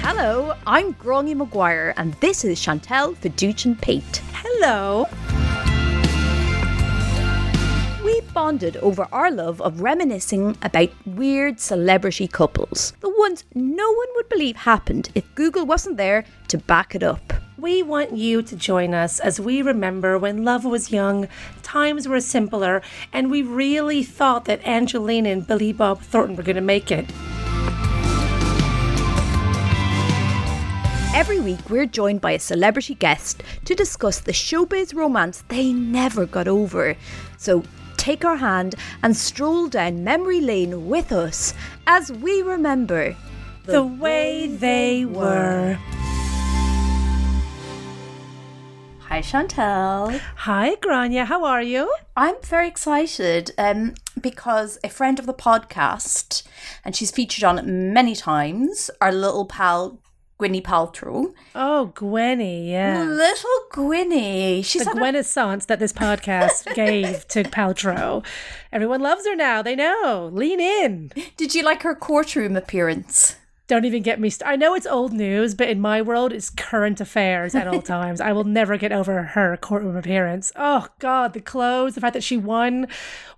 Hello, I'm Grongy Maguire, and this is Chantel for Dooch and Pete. Hello. We bonded over our love of reminiscing about weird celebrity couples, the ones no one would believe happened if Google wasn't there to back it up. We want you to join us as we remember when love was young, times were simpler, and we really thought that Angelina and Billy Bob Thornton were going to make it. Every week, we're joined by a celebrity guest to discuss the showbiz romance they never got over. So take our hand and stroll down memory lane with us as we remember The, way they were. Hi Chantel. Hi, Grania, how are you? I'm very excited um, because a friend of the podcast, and she's featured on it many times, our little pal Gwynny Paltrow. Oh, Gwenny, yeah. Little Gwynny. She's the had a- Gwennaissance that this podcast gave to Paltrow. Everyone loves her now. They know. Lean in. Did you like her courtroom appearance? Don't even get me. St- I know it's old news, but in my world, it's current affairs at all times. I will never get over her courtroom appearance. Oh God, the clothes, the fact that she won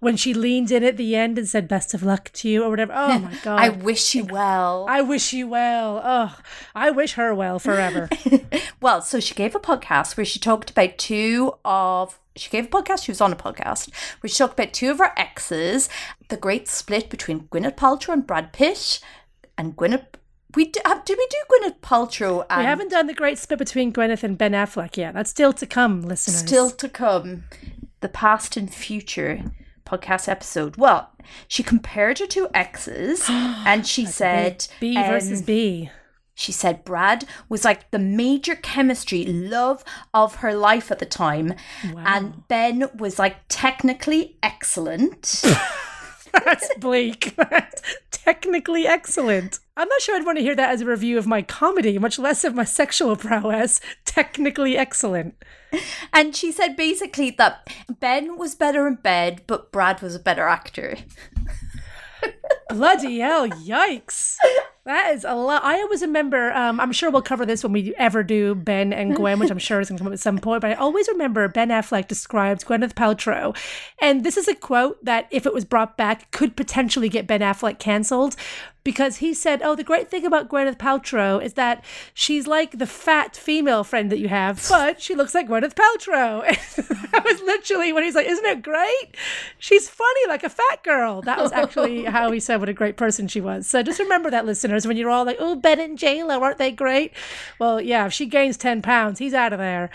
when she leaned in at the end and said "best of luck to you" or whatever. Oh my God, I wish you well. I wish you well. Oh, I wish her well forever. Well, so she gave a podcast where she talked about two of she gave a podcast, she was on a podcast, where she talked about two of her exes, the great split between Gwyneth Paltrow and Brad Pitt, and Gwyneth we do, have, did we do Gwyneth Paltrow and we haven't done the great split between Gwyneth and Ben Affleck yet. That's still to come, listeners. still to come the past and future podcast episode. Well, she compared her two exes and she said B versus um, B. She said Brad was like the major chemistry love of her life at the time. And Ben was like technically excellent. That's bleak. That's technically excellent. I'm not sure I'd want to hear that as a review of my comedy, much less of my sexual prowess. Technically excellent. and she said basically that Ben was better in bed, but Brad was a better actor. Bloody hell, yikes. That is a lot. I always remember, um, I'm sure we'll cover this when we ever do Ben and Gwen, which I'm sure is going to come up at some point, but I always remember Ben Affleck described Gwyneth Paltrow. And this is a quote that, if it was brought back, could potentially get Ben Affleck cancelled because he said, Oh, the great thing about Gwyneth Paltrow is that she's like the fat female friend that you have, but she looks like Gwyneth Paltrow. that was literally when he's like, Isn't it great? She's funny like a fat girl. That was actually how he said what a great person she was. So just remember that, listeners, when you're all like, Oh, Ben and JLo, aren't they great? Well, yeah, if she gains 10 pounds, he's out of there.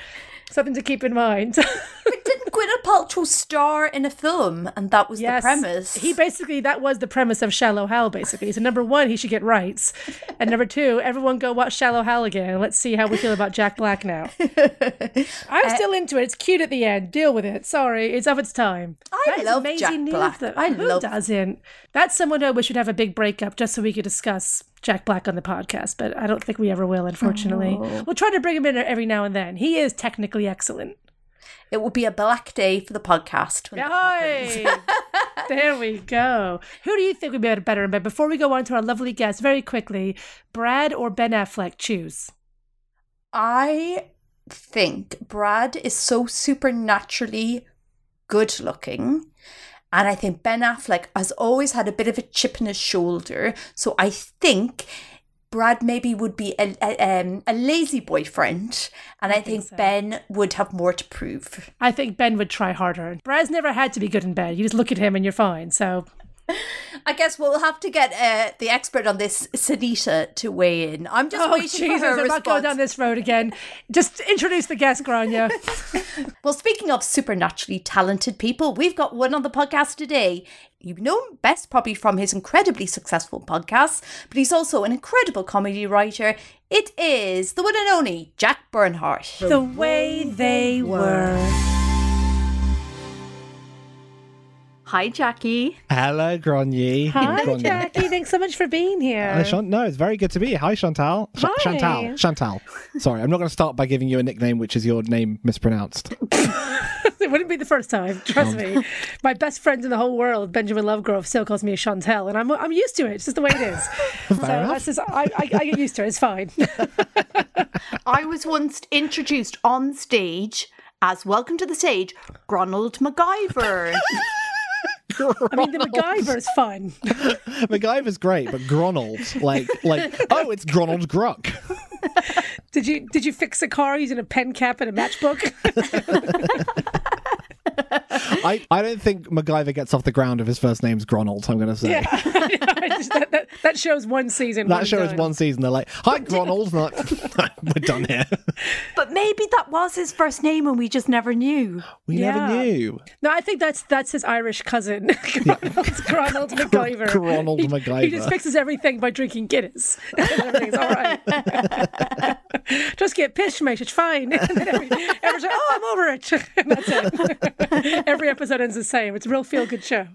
Something to keep in mind. Didn't Gwyneth Paltrow star in a film? And that was the premise. He basically that was the premise of Shallow Hal. Basically, so number one, he should get rights, and number two, everyone go watch Shallow Hal again. and Let's see how we feel about Jack Black now. I'm still into it. It's cute at the end. Deal with it. Sorry, it's of its time. I That is love amazing Jack news, Black. though. I Who love- doesn't. That's someone I wish would have a big breakup just so we could discuss Jack Black on the podcast. But I don't think we ever will. Unfortunately, Oh, we'll try to bring him in every now and then. He is technically excellent. It will be a black day for the podcast. when that happens. Yay! there we go. Who do you think would be better in bed? Before we go on to our lovely guest, very quickly, Brad or Ben Affleck, choose. I think Brad is so supernaturally good looking. And I think Ben Affleck has always had a bit of a chip in his shoulder. So I think Brad maybe would be a, a, um, a lazy boyfriend. And I, think, Ben would have more to prove. I think Ben would try harder. Brad's never had to be good in bed. You just look at him and you're fine. So I guess we'll have to get uh, the expert on this, Sanita, to weigh in. I'm just oh waiting Jesus, for her I'm not going response. down this road again. Just introduce the guest, Grania. Well, speaking of supernaturally talented people, we've got one on the podcast today. You know him best probably from his incredibly successful podcast, but he's also an incredible comedy writer. It is the one and only Jack Bernhardt. The way they were. Hi, Jackie. Hello, Grenier. Hi, Grenier. Jackie. Thanks so much for being here. Hello, Chan- no, it's very good to be here. Hi, Chantal. Ch- Hi. Chantal. Chantal. Sorry, I'm not going to start by giving you a nickname, which is your name mispronounced. It wouldn't be the first time, Um, trust me. My best friend in the whole world, Benjamin Lovegrove, still calls me Chantel, and I'm I'm used to it. It's just the way it is. so enough. that's just, I, I, I get used to it. It's fine. I was once introduced on stage as welcome to the stage, Ronald MacGyver. I mean, the MacGyver is fun. MacGyver's great, but Gronald, like, like, oh, it's Gronald Gruck. Did you did you fix a car using a pen cap and a matchbook? I, I don't think MacGyver gets off the ground if his first name's Gronald. I'm going to say I just- that, that, that show's one season. that show is done. one season. They're like, hi, Gronald. And they're like, we're done here. but maybe that was his first name and we just never knew. We Yeah. never knew. No, I think that's that's his Irish cousin, It's Ronald MacGyver. Ronald he, He MacGyver. just fixes everything by drinking Guinness. Everything's all right. just get pissed, mate. It's fine. And then every, every time, oh, I'm over it. And that's it. every episode ends the same. It's a real feel good show.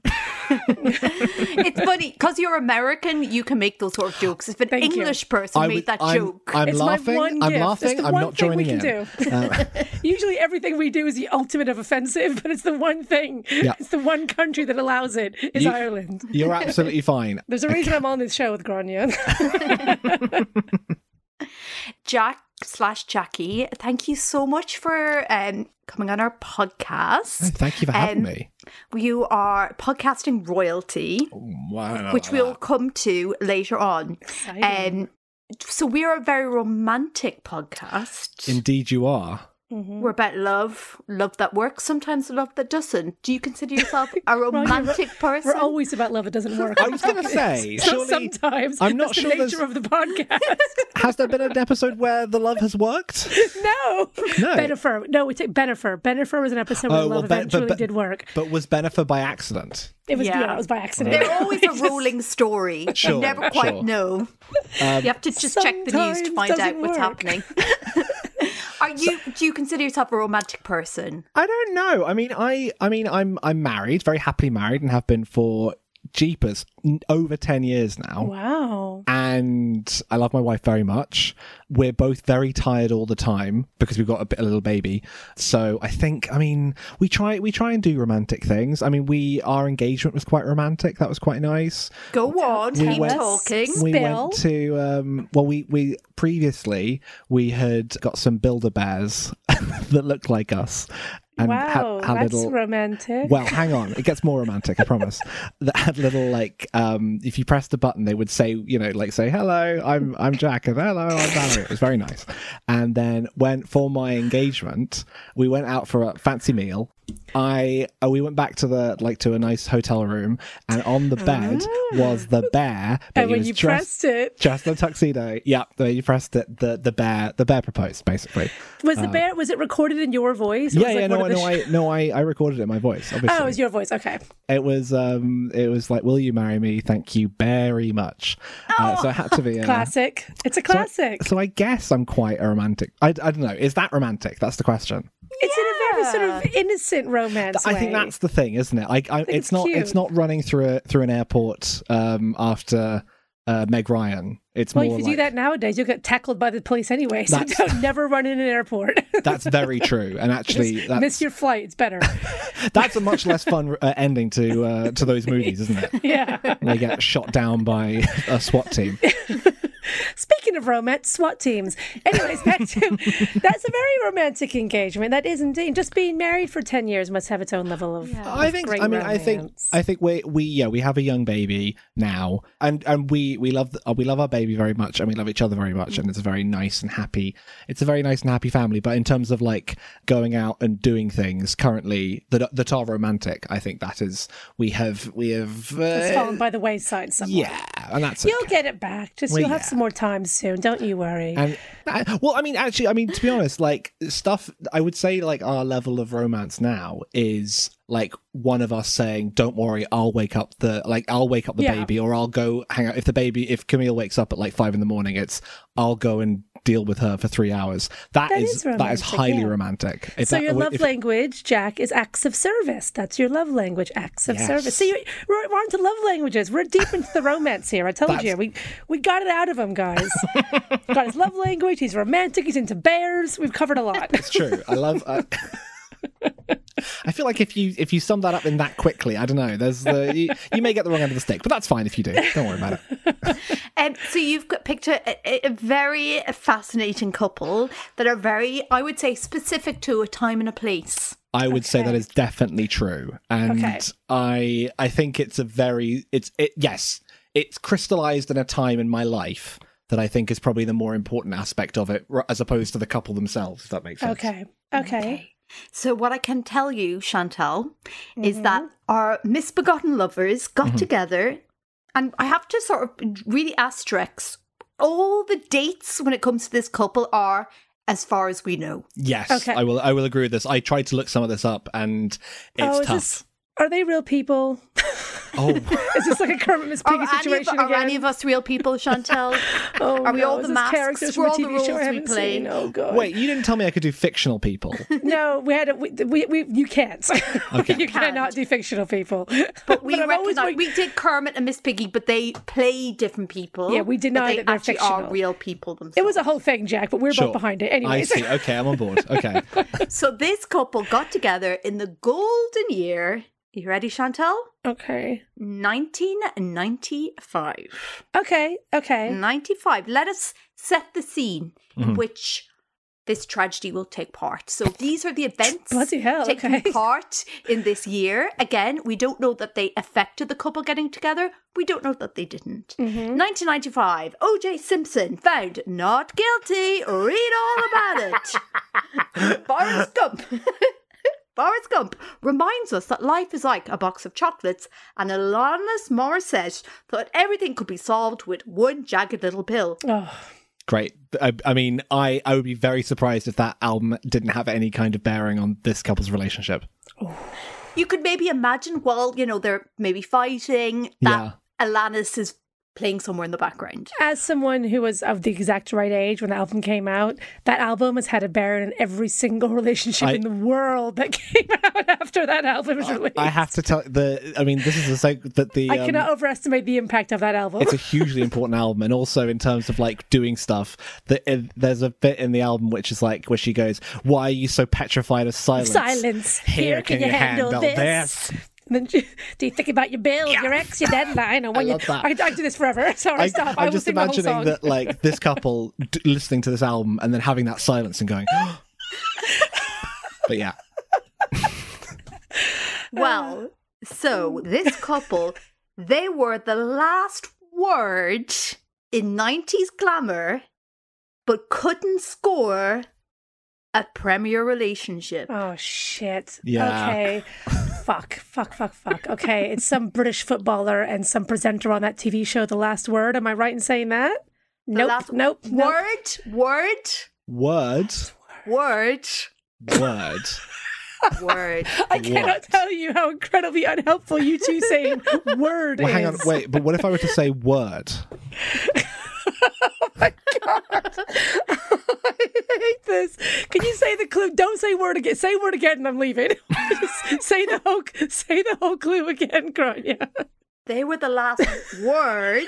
It's funny because you're American, you can make those sort of jokes. If an Thank you. English person I made would- that I'm, joke, I'm It's my laughing. one gift. I'm It's laughing. the I'm one not thing joining we can in. Uh, do. Usually, everything we do is the ultimate of offensive, but it's the one thing. It's the one country that allows it. Is You- Ireland. You're absolutely fine. There's a reason I'm on this show with Grania. Jack slash Jackie, thank you so much for um, coming on our podcast. Thank you for having Um, me. You are podcasting royalty. Wow. which we'll come to later on. Exciting. Um, so we are a very romantic podcast. Indeed, you are. We're about love, love that works, sometimes love that doesn't. Do you consider yourself a romantic person? We're always about love. It doesn't work. I was going to say, So surely sometimes I'm not that's sure the there's- nature of the podcast. has there been an episode where the love has worked? no, No. Oh, Benifer. No, it's Benifer. Benifer was an episode where love Uh, Ben- eventually Ben- did work. But was Benifer by accident? It was yeah. Yeah. it was by accident. They're always a rolling story. Sure, you never quite sure. Um, know. you have to just check the news to sometimes find out doesn't what's work. happening. Are you? Do you consider yourself a romantic person? I don't know. I mean, I, I mean, I'm, I'm married, very happily married, and have been for jeepers n- over ten years now. Wow. And I love my wife very much. We're both very tired all the time because we've got a, bit, a little baby. So I think, I mean, we try we try and do romantic things. I mean, we our engagement was quite romantic. That was quite nice. Go on, keep went- talking. we Bill? went to um well we we previously we had got some builder bears that looked like us and wow. had, had that's little romantic. well hang on it gets more romantic i promise that had little like um if you pressed a button they would say you know like say hello i'm i'm jack and hello i'm valerie it was very nice and then when for my engagement we went out for a fancy meal I uh, we went back to the like to a nice hotel room, and on the bed was the bear. Ah. but and he when was you dressed- pressed it, just the tuxedo. Yeah, the way you pressed it, the the bear, the bear proposed basically. was the bear? Was it recorded in your voice? It uh, was yeah, like yeah, one no, of no, the sh- I, no, I, I recorded it in my voice. Obviously, Oh, it was your voice. Okay. it was, um, it was like, "Will you marry me? Thank you very much." Uh, so it had to be a Classic. It's a Oh, classic. So I guess I'm quite a romantic. I, I don't know. Is that romantic? That's the question. it's in a very sort of innocent romance. I way. think that's the thing, isn't it? Like, I, it's, it's not, cute. it's not running through a, through an airport um, after uh, Meg Ryan. It's Well, if more you like do that nowadays, you'll get tackled by the police anyway. So That's- don't never run in an airport. that's very true. And actually, that's Miss your flight. It's better. That's a much less fun uh, ending to uh, to those movies, isn't it? Yeah. They get shot down by a SWAT team. Speaking of romance, SWAT teams. Anyways, back to that's a very romantic engagement. That is indeed. Just being married for ten years must have its own level of. I think. great I mean, I think. romance. I think we we yeah we have a young baby now, and and we we love uh, we love our baby very much, and we love each other very much, and it's a very nice and happy. It's a very nice and happy family. But in terms of like going out and doing things currently that that are romantic, I think that is we have we have. It's Uh, fallen by the wayside somewhere. yeah, and that's You'll okay. get it back. Just Well, you'll have yeah. some more time soon. Don't you worry. And I- well, I mean, actually, I mean, to be honest, like stuff, I would say, like our level of romance now is like one of us saying, "Don't worry, I'll wake up the like I'll wake up the Yeah. baby, or I'll go hang out if the baby if Camille wakes up at like five in the morning, it's I'll go and deal with her for three hours. that That is, is that is romantic, highly yeah. romantic. If so that- your if- love language, Jack, is acts of service. That's your love language, acts of Yes. service. See, you- we're, we're into love languages. We're deep into the romance here. I told you, That's- we we got it out of him, guys. got his love language. He's romantic. He's into bears. We've covered a lot. It's true. I love. I, I feel like if you if you sum that up in that quickly, I don't know. There's the you, you may get the wrong end of the stick, but that's fine if you do. Don't worry about it. Um, so you've got picture a, a- a very fascinating couple that are very, I would say, specific to a time and a place. I would say that is definitely true, and Okay. I I think it's a very it's it yes it's crystallized in a time in my life that I think is probably the more important aspect of it, r- as opposed to the couple themselves. If that makes sense. okay. Okay. So what I can tell you, Chantal, is that our misbegotten lovers got Mm-hmm. together, and I have to sort of really asterisk all the dates when it comes to this couple are, as far as we know, Yes, Okay. I will. I will agree with this. I tried to look some of this up, and it's oh, is tough. this? Are they real people? Oh. Is this like a Kermit Miss Are Piggy any, of, situation are again? any of us real people, Chantel? oh, are we no, all is the this masks? characters We're from a all the TV roles show I we haven't play. seen? Oh god. Wait, you didn't tell me I could do fictional people. No, we had a, we, we, we you can't. you cannot Can't. do fictional people. But we I'm always recognize wait- we did Kermit and Miss Piggy, but they play different people. Yeah, we but deny they that they're actually are fictional. real people themselves. It was a whole thing, Jack, but we're Sure. both behind it. I Anyways, see. Okay, I'm on board. Okay. so this couple got together in the golden year. You ready, Chantel? okay, 1995. okay, okay. 95. Let us set the scene in which this tragedy will take part. So these are the events Bloody hell, taking okay. part in this year. Again, we don't know that they affected the couple getting together. We don't know that they didn't. Mm-hmm. 1995. O.J. Simpson found not guilty. Read all about it. Boris Gump. Boris Gump reminds us that life is like a box of chocolates, and Alanis Morissette thought everything could be solved with one jagged little pill. Mm. Oh, Great. I, I mean, I, I would be very surprised if that album didn't have any kind of bearing on this couple's relationship. You could maybe imagine while, you know, they're maybe fighting that Alanis is playing somewhere in the background. as someone who was of the exact right age when the album came out, that album has had a bearing in every single relationship I- in the world that came out after that album was released. I have to tell the. I mean, this is the so that the. I um, cannot overestimate the impact of that album. it's a hugely important album, and also in terms of like doing stuff. That uh, there's a bit in the album which is like where she goes, "Why are you so petrified of silence? Silence. Here, can, you handle, this? And then, she- do you think about your bill, your ex, your deadline, and when I you? love that. I, I do this forever. Sorry, stop. am will just sing the whole imagining song. that like this couple d- listening to this album and then having that silence and going. "Oh." but yeah, Uh. Well, so this couple, they were the last word in 90s glamour, but couldn't score a premier relationship. Oh shit. Yeah. Okay. fuck. Fuck. Fuck. Fuck. Okay. It's some British footballer and some presenter on that TV show, The Last Word. Am I right in saying that? The Nope. last- nope. Nope. Word, word, word, word, word. word. I cannot tell you how incredibly unhelpful you two saying word Well, is. hang on, wait. But what if I were to say word? I hate this. Can you say the clue? Don't say word again. Say word again, and I'm leaving. Just say the whole. Say the whole clue again, Grania. They were the last word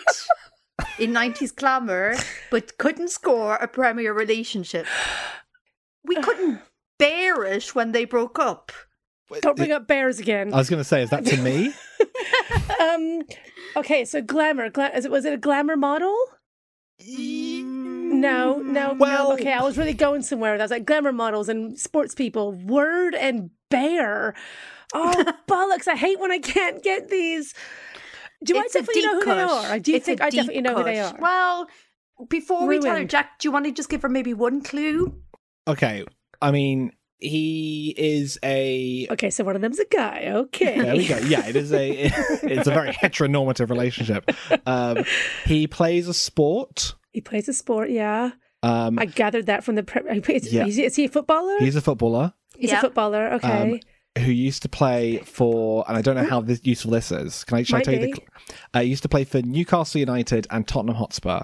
in 90s glamour, but couldn't score a premier relationship. We couldn't bear it when they broke up. Don't bring up bears again. I was going to say, is that to me? Um. Okay. So glamour. Gla- is it? Was it a glamour model? No, no, Well- no. Okay, I was really going somewhere. and I was like glamour models and sports people, word and bear. Oh bollocks! I hate when I can't get these. Do It's I a definitely know who deep they cut. are? I do It's a think I deep definitely know who they cut. are. Well, before we tell her, Ruined. Jack, do you want to just give her maybe one clue? Okay. I mean, he is a. Okay, so one of them's a guy. Okay. There we go. Yeah, it is a. It's a very heteronormative relationship. Um, he plays a sport. He plays a sport. Yeah, Um, I gathered that from the. Pre- is, Yeah. is, he, is he a footballer? he's a footballer. He's Yeah. a footballer. Okay. who used to play for, and I don't know how this, useful this is. Can I, shall I Might tell you? be. The, cl- uh, used to play for Newcastle United and Tottenham Hotspur.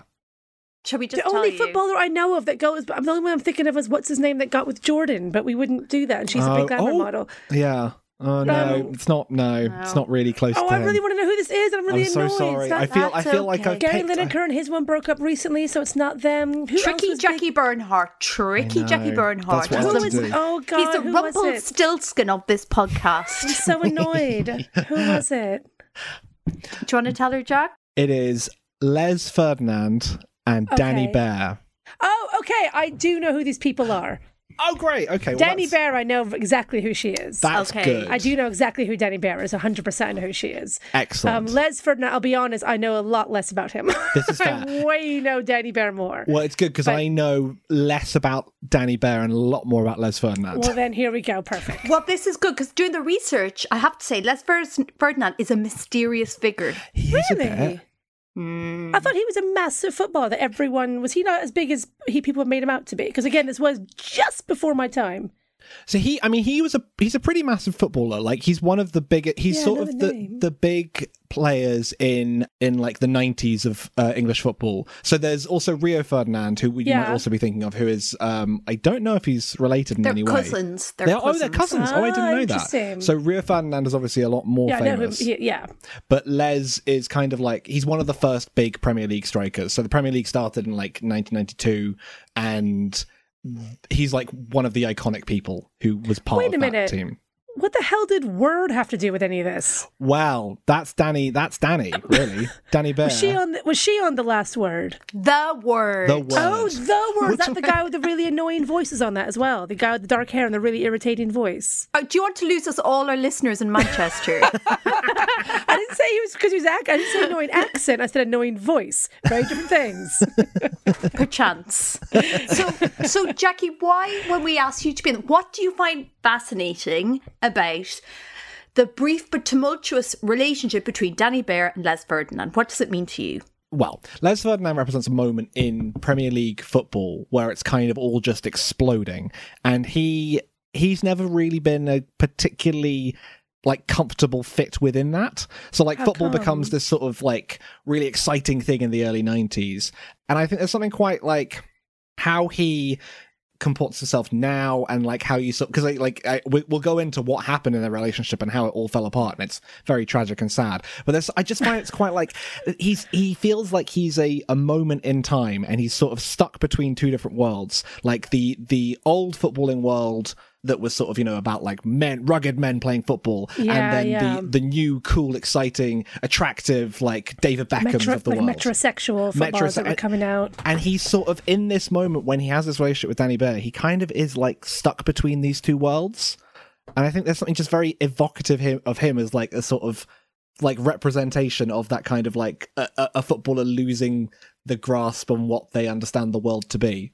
Shall we just The tell only you? footballer I know of that goes, but the only one I'm thinking of is what's his name that got with Jordan, but we wouldn't do that. And she's a Oh, big glamour oh, model. Yeah. Oh no, it's not. No, it's not really close. Oh, to I him. really want to know who this is. I'm really I'm so annoyed. sorry. That- I feel. I that's feel like I okay. Gary picked- I- Lineker and his one broke up recently, so it's not them. Who else Tricky was Jackie Bernhardt. Tricky know. Jackie Bernhardt. That's what I Who wanted is- to big? do. Oh God, He's the who was it? Rumpelstiltskin of this podcast. so annoyed. Who was it? Do you want to tell her, Jack? It is Les Ferdinand and Danny Okay. Bear. Oh, okay. I do know who these people are. Oh, great. Okay. well, Danny that's- Bear, I know exactly who she is. That's Okay. good. I do um, know exactly who Danny Bear is, 100% I know who she is. Um, Excellent. Les Ferdinand, I'll be honest, I know a lot less about him. This is I fair. way know Danny Bear more. well, it's good because I know less about Danny Bear and a lot more about Les Ferdinand. Well, then here we go. Perfect. Well, this is good because doing the research, I have to say, Les Fer- Ferdinand is a mysterious figure. he is a bit. I thought he was a massive footballer that everyone was he not as big as he people made him out to be? Because again, this was just before my time. So he, I mean, he was a he's a pretty massive footballer. Like he's one of the big. He's Yeah, I sort know of the the name. the big players in in like the nineties of uh, English football. So there's also Rio Ferdinand, who you might Yeah. also be thinking of, who is um I don't know if he's related in They're any way. cousins. They're They are- cousins. oh, they're cousins. oh, I Ah, didn't know interesting. that. So Rio Ferdinand is obviously a lot more Yeah, I know him. famous. He, yeah, But Les is kind of like he's one of the first big Premier League strikers. So the Premier League started in like 1992, and he's like one of the iconic people who was part Wait of a that minute. team. What the hell did Word have to do with any of this? Well, that's Danny. That's Danny, really. Danny Bear. Was she on? The, was she on the last word? The word. the word. Oh, the word. Is that the guy with the really annoying voices on that as well? The guy with the dark hair and the really irritating voice. Oh, do you want to lose us all our listeners in Manchester? I didn't say he was because he was. Ac- I didn't say annoying accent. I said annoying voice. Very different things. Perchance. So, so Jackie, why, when we asked you to be in, what do you find fascinating about the brief but tumultuous relationship between Danny Bear and Les Ferdinand? What does it mean to you? well, Les Ferdinand represents a moment in Premier League football where it's kind of all just exploding, and he he's never really been a particularly like comfortable fit within that. So like football becomes this sort of like really exciting thing in the early 90s. And I think there's something quite like how he comports himself now and like how you sort because like I, we, we'll go into what happened in their relationship and how it all fell apart and it's very tragic and sad but there's i just find it's quite like he's he feels like he's a a moment in time and he's sort of stuck between two different worlds like the the old footballing world that was sort of you know about like men rugged men playing football Yeah, and then yeah. the the new cool exciting attractive like david beckhams Metro, of the like world metrosexual footballers that Metrose- were coming out. and he's sort of in this moment when he has this relationship with Danny Bear, he kind of is like stuck between these two worlds. And I think there's something just very evocative him, of him as like a sort of like representation of that kind of like a, a a footballer losing the grasp on what they understand the world to be.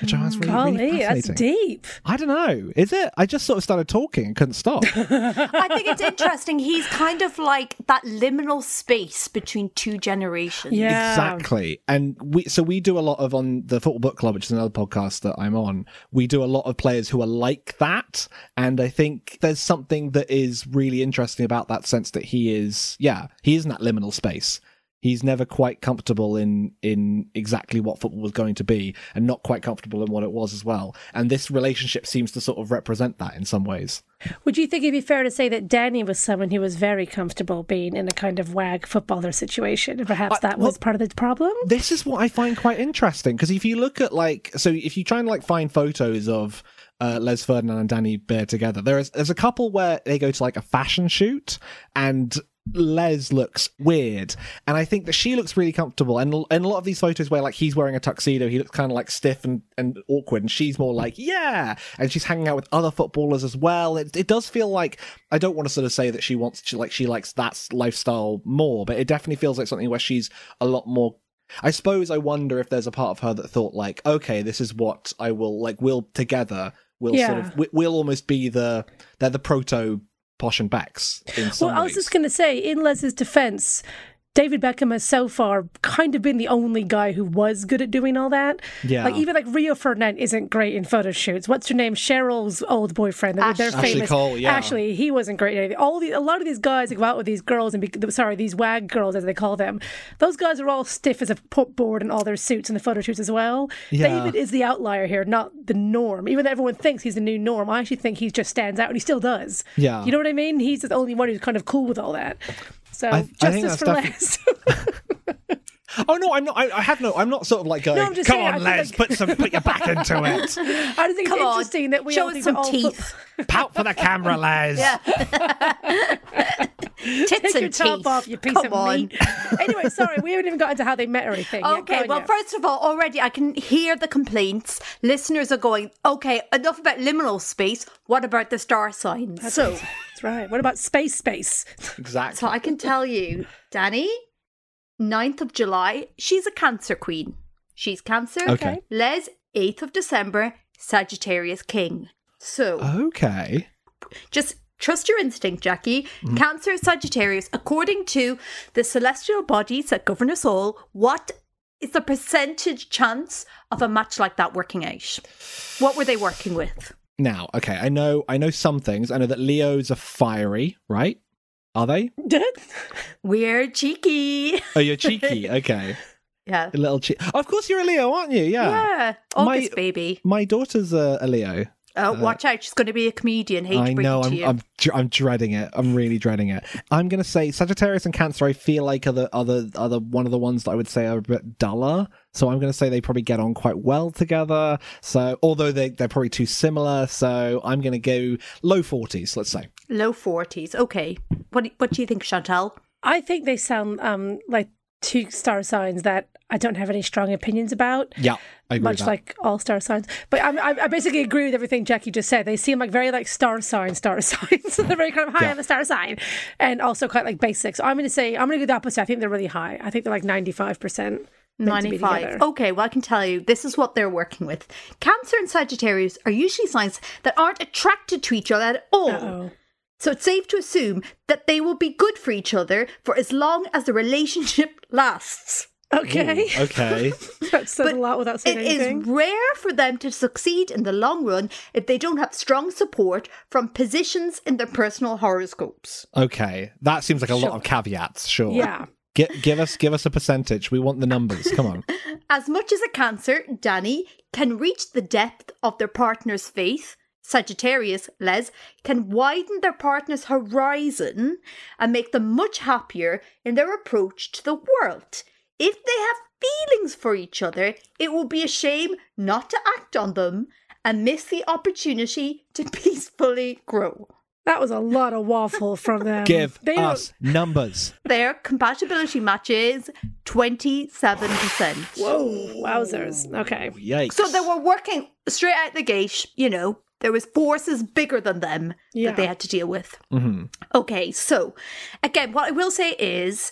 Which I think is really, really Golly, that's fascinating. deep. I don't know. Is it? I just sort of started talking and couldn't stop. I think it's interesting. He's kind of like that liminal space between two generations. Yeah. Exactly. And we so we do a lot of on the Football Book Club, which is another podcast that I'm on. We do a lot of players who are like that. And I think there's something that is really interesting about that sense that he is yeah, he is in that liminal space. He's never quite comfortable in in exactly what football was going to be and not quite comfortable in what it was as well. And this relationship seems to sort of represent that in some ways. Would you think it'd be fair to say that Danny was someone who was very comfortable being in a kind of wag footballer situation, and perhaps I- that well- was part of the problem? this is what I find quite interesting because if you look at like so if you try and like find photos of uh, Les Ferdinand and Danny Bear together, there is there's a couple where they go to like a fashion shoot and Les looks weird, and I think that she looks really comfortable. And and a lot of these photos where like he's wearing a tuxedo, he looks kind of like stiff and, and awkward, and she's more like yeah, and she's hanging out with other footballers as well. It, it does feel like I don't want to sort of say that she wants she, like she likes that lifestyle more, but it definitely feels like something where she's a lot more I suppose I wonder if there's a part of her that thought like, okay, this is what I will like. We'll together, we'll sort Yeah. of, we, we'll almost be the they're the proto posh and backs in some Well, I was ways. just going to say, in Les's defense, David Beckham has so far kind of been the only guy who was good at doing all that. Yeah. Like even like Rio Ferdinand isn't great in photo shoots. What's her name? Cheryl's old boyfriend. They're, they're Ashley famous. Cole, yeah. Ashley, he wasn't great. At anything. All the, a lot of these guys that go out with these girls and be, sorry, these wag girls as they call them. Those guys are all stiff as a board in all their suits in the photo shoots as well. Yeah. David is the outlier here, not the norm. Even though everyone thinks he's the new norm, I actually think he just stands out and he still does. Yeah. You know what I mean? He's the only one who's kind of cool with all that. So I think justice that's for defi- Les. Oh no, I'm not. I, I have no. I'm not sort of like going. I'm just Come saying, I on, feel Les, like- put some, put your back into it. I just think Come it's on, interesting that we show all us think some that all fo- teeth, Pout for the camera, Les. tits, Take your and top teeth. off, you piece Come of on. meat. anyway, sorry, we haven't even gotten to how they met or anything. yet. Go Okay, on, well, yeah. first of all, already I can hear the complaints. Listeners are going, okay, enough about liminal space. What about the star signs? so, that's right. What about space space? Exactly. so I can tell you, Danny, 9th of July, she's a Cancer Queen. She's Cancer. Okay. Les, 8th of December, Sagittarius King. Ah. So, Okay. just trust your instinct, Jackie. Mm-hmm. Cancer, Sagittarius, according to the celestial bodies that govern us all, what is the percentage chance of a match like that working out? What were they working with? Now, okay. I know. I know some things. I know that Leos are fiery, right? Are they? We're cheeky. Oh, you're cheeky. Okay, Yeah. a little cheeky. of course, you're a Leo, aren't you? Yeah. Yeah. My- August, baby. My daughter's a, a Leo. Oh, watch out. She's going to be a comedian. Hate I to bring know. it to I'm, you. I'm. dr- I'm dreading it. I'm really dreading it. I'm gonna say Sagittarius and Cancer. I feel like are the are the are the one of the ones that I would say are a bit duller. So I'm gonna say they probably get on quite well together. So although they they're probably too similar. So I'm gonna go low forties. Let's say. Low 40s. Okay. What, do- what do you think, Chantal? I think they sound um, like two star signs that I don't have any strong opinions about. Yeah. I agree much with that. like all star signs. But I, I, I basically agree with everything Jackie just said. They seem like very like star sign, star signs. so they're very kind of high Yeah. on the star sign, and also quite like basic. So I'm going to say I'm going to go the opposite. I think they're really high. I think they're like 95 percent. 95. Okay, well, I can tell you this is what they're working with. Cancer and Sagittarius are usually signs that aren't attracted to each other at all. Oh, So it's safe to assume that they will be good for each other for as long as the relationship lasts. okay. okay. that said a lot without saying It is anything. rare for them to succeed in the long run if they don't have strong support from positions in their personal horoscopes. Okay. That seems like a lot of caveats. Sure. Yeah. Gi- give us give us a percentage. We want the numbers. Come on. As much as a Cancer, Danny can reach the depth of their partner's faith. Sagittarius, Les, can widen their partner's horizon and make them much happier in their approach to the world. If they have feelings for each other, it will be a shame not to act on them and miss the opportunity to peacefully grow. That was a lot of waffle from them. Give They don't- us numbers. Their compatibility matches 27%. Whoa, wowzers. Okay. Yikes. So they were working straight out the gate, you know. There was forces bigger than them Yeah. that they had to deal with. hmm Okay, so again, what I will say is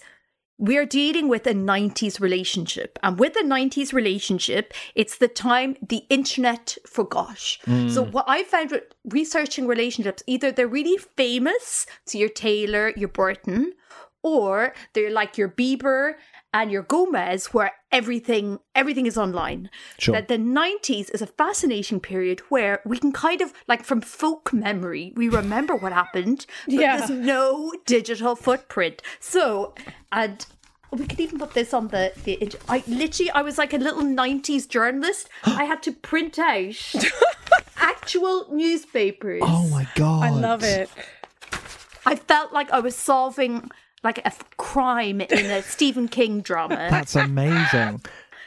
we're dealing with a 90s relationship. And with a 90s relationship, it's the time the internet forgot. So, what I found with researching relationships, either they're really famous, so your Taylor, your Burton, or they're like your Bieber and your Gomez, where everything everything is online. Sure. That the 90s is a fascinating period where we can kind of like from folk memory, we remember what happened, but Yeah. there's no digital footprint. So, and we could even put this on the the. I literally, I was like a little '90s journalist. I had to print out actual newspapers. Oh my god. I love it. I felt like I was solving like a f- crime in a Stephen King drama. That's amazing.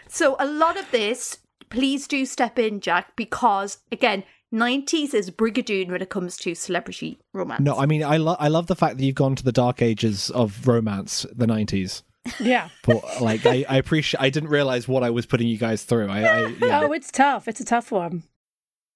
So a lot of this, please do step in, Jack, because again. 90s is brigadoon when it comes to celebrity romance. No, I mean, I love I love the fact that you've gone to the dark ages of romance, the nineties. Yeah. But like, I, I appreciate. I didn't realize what I was putting you guys through. I, I yeah. Oh, it's tough. It's a tough one.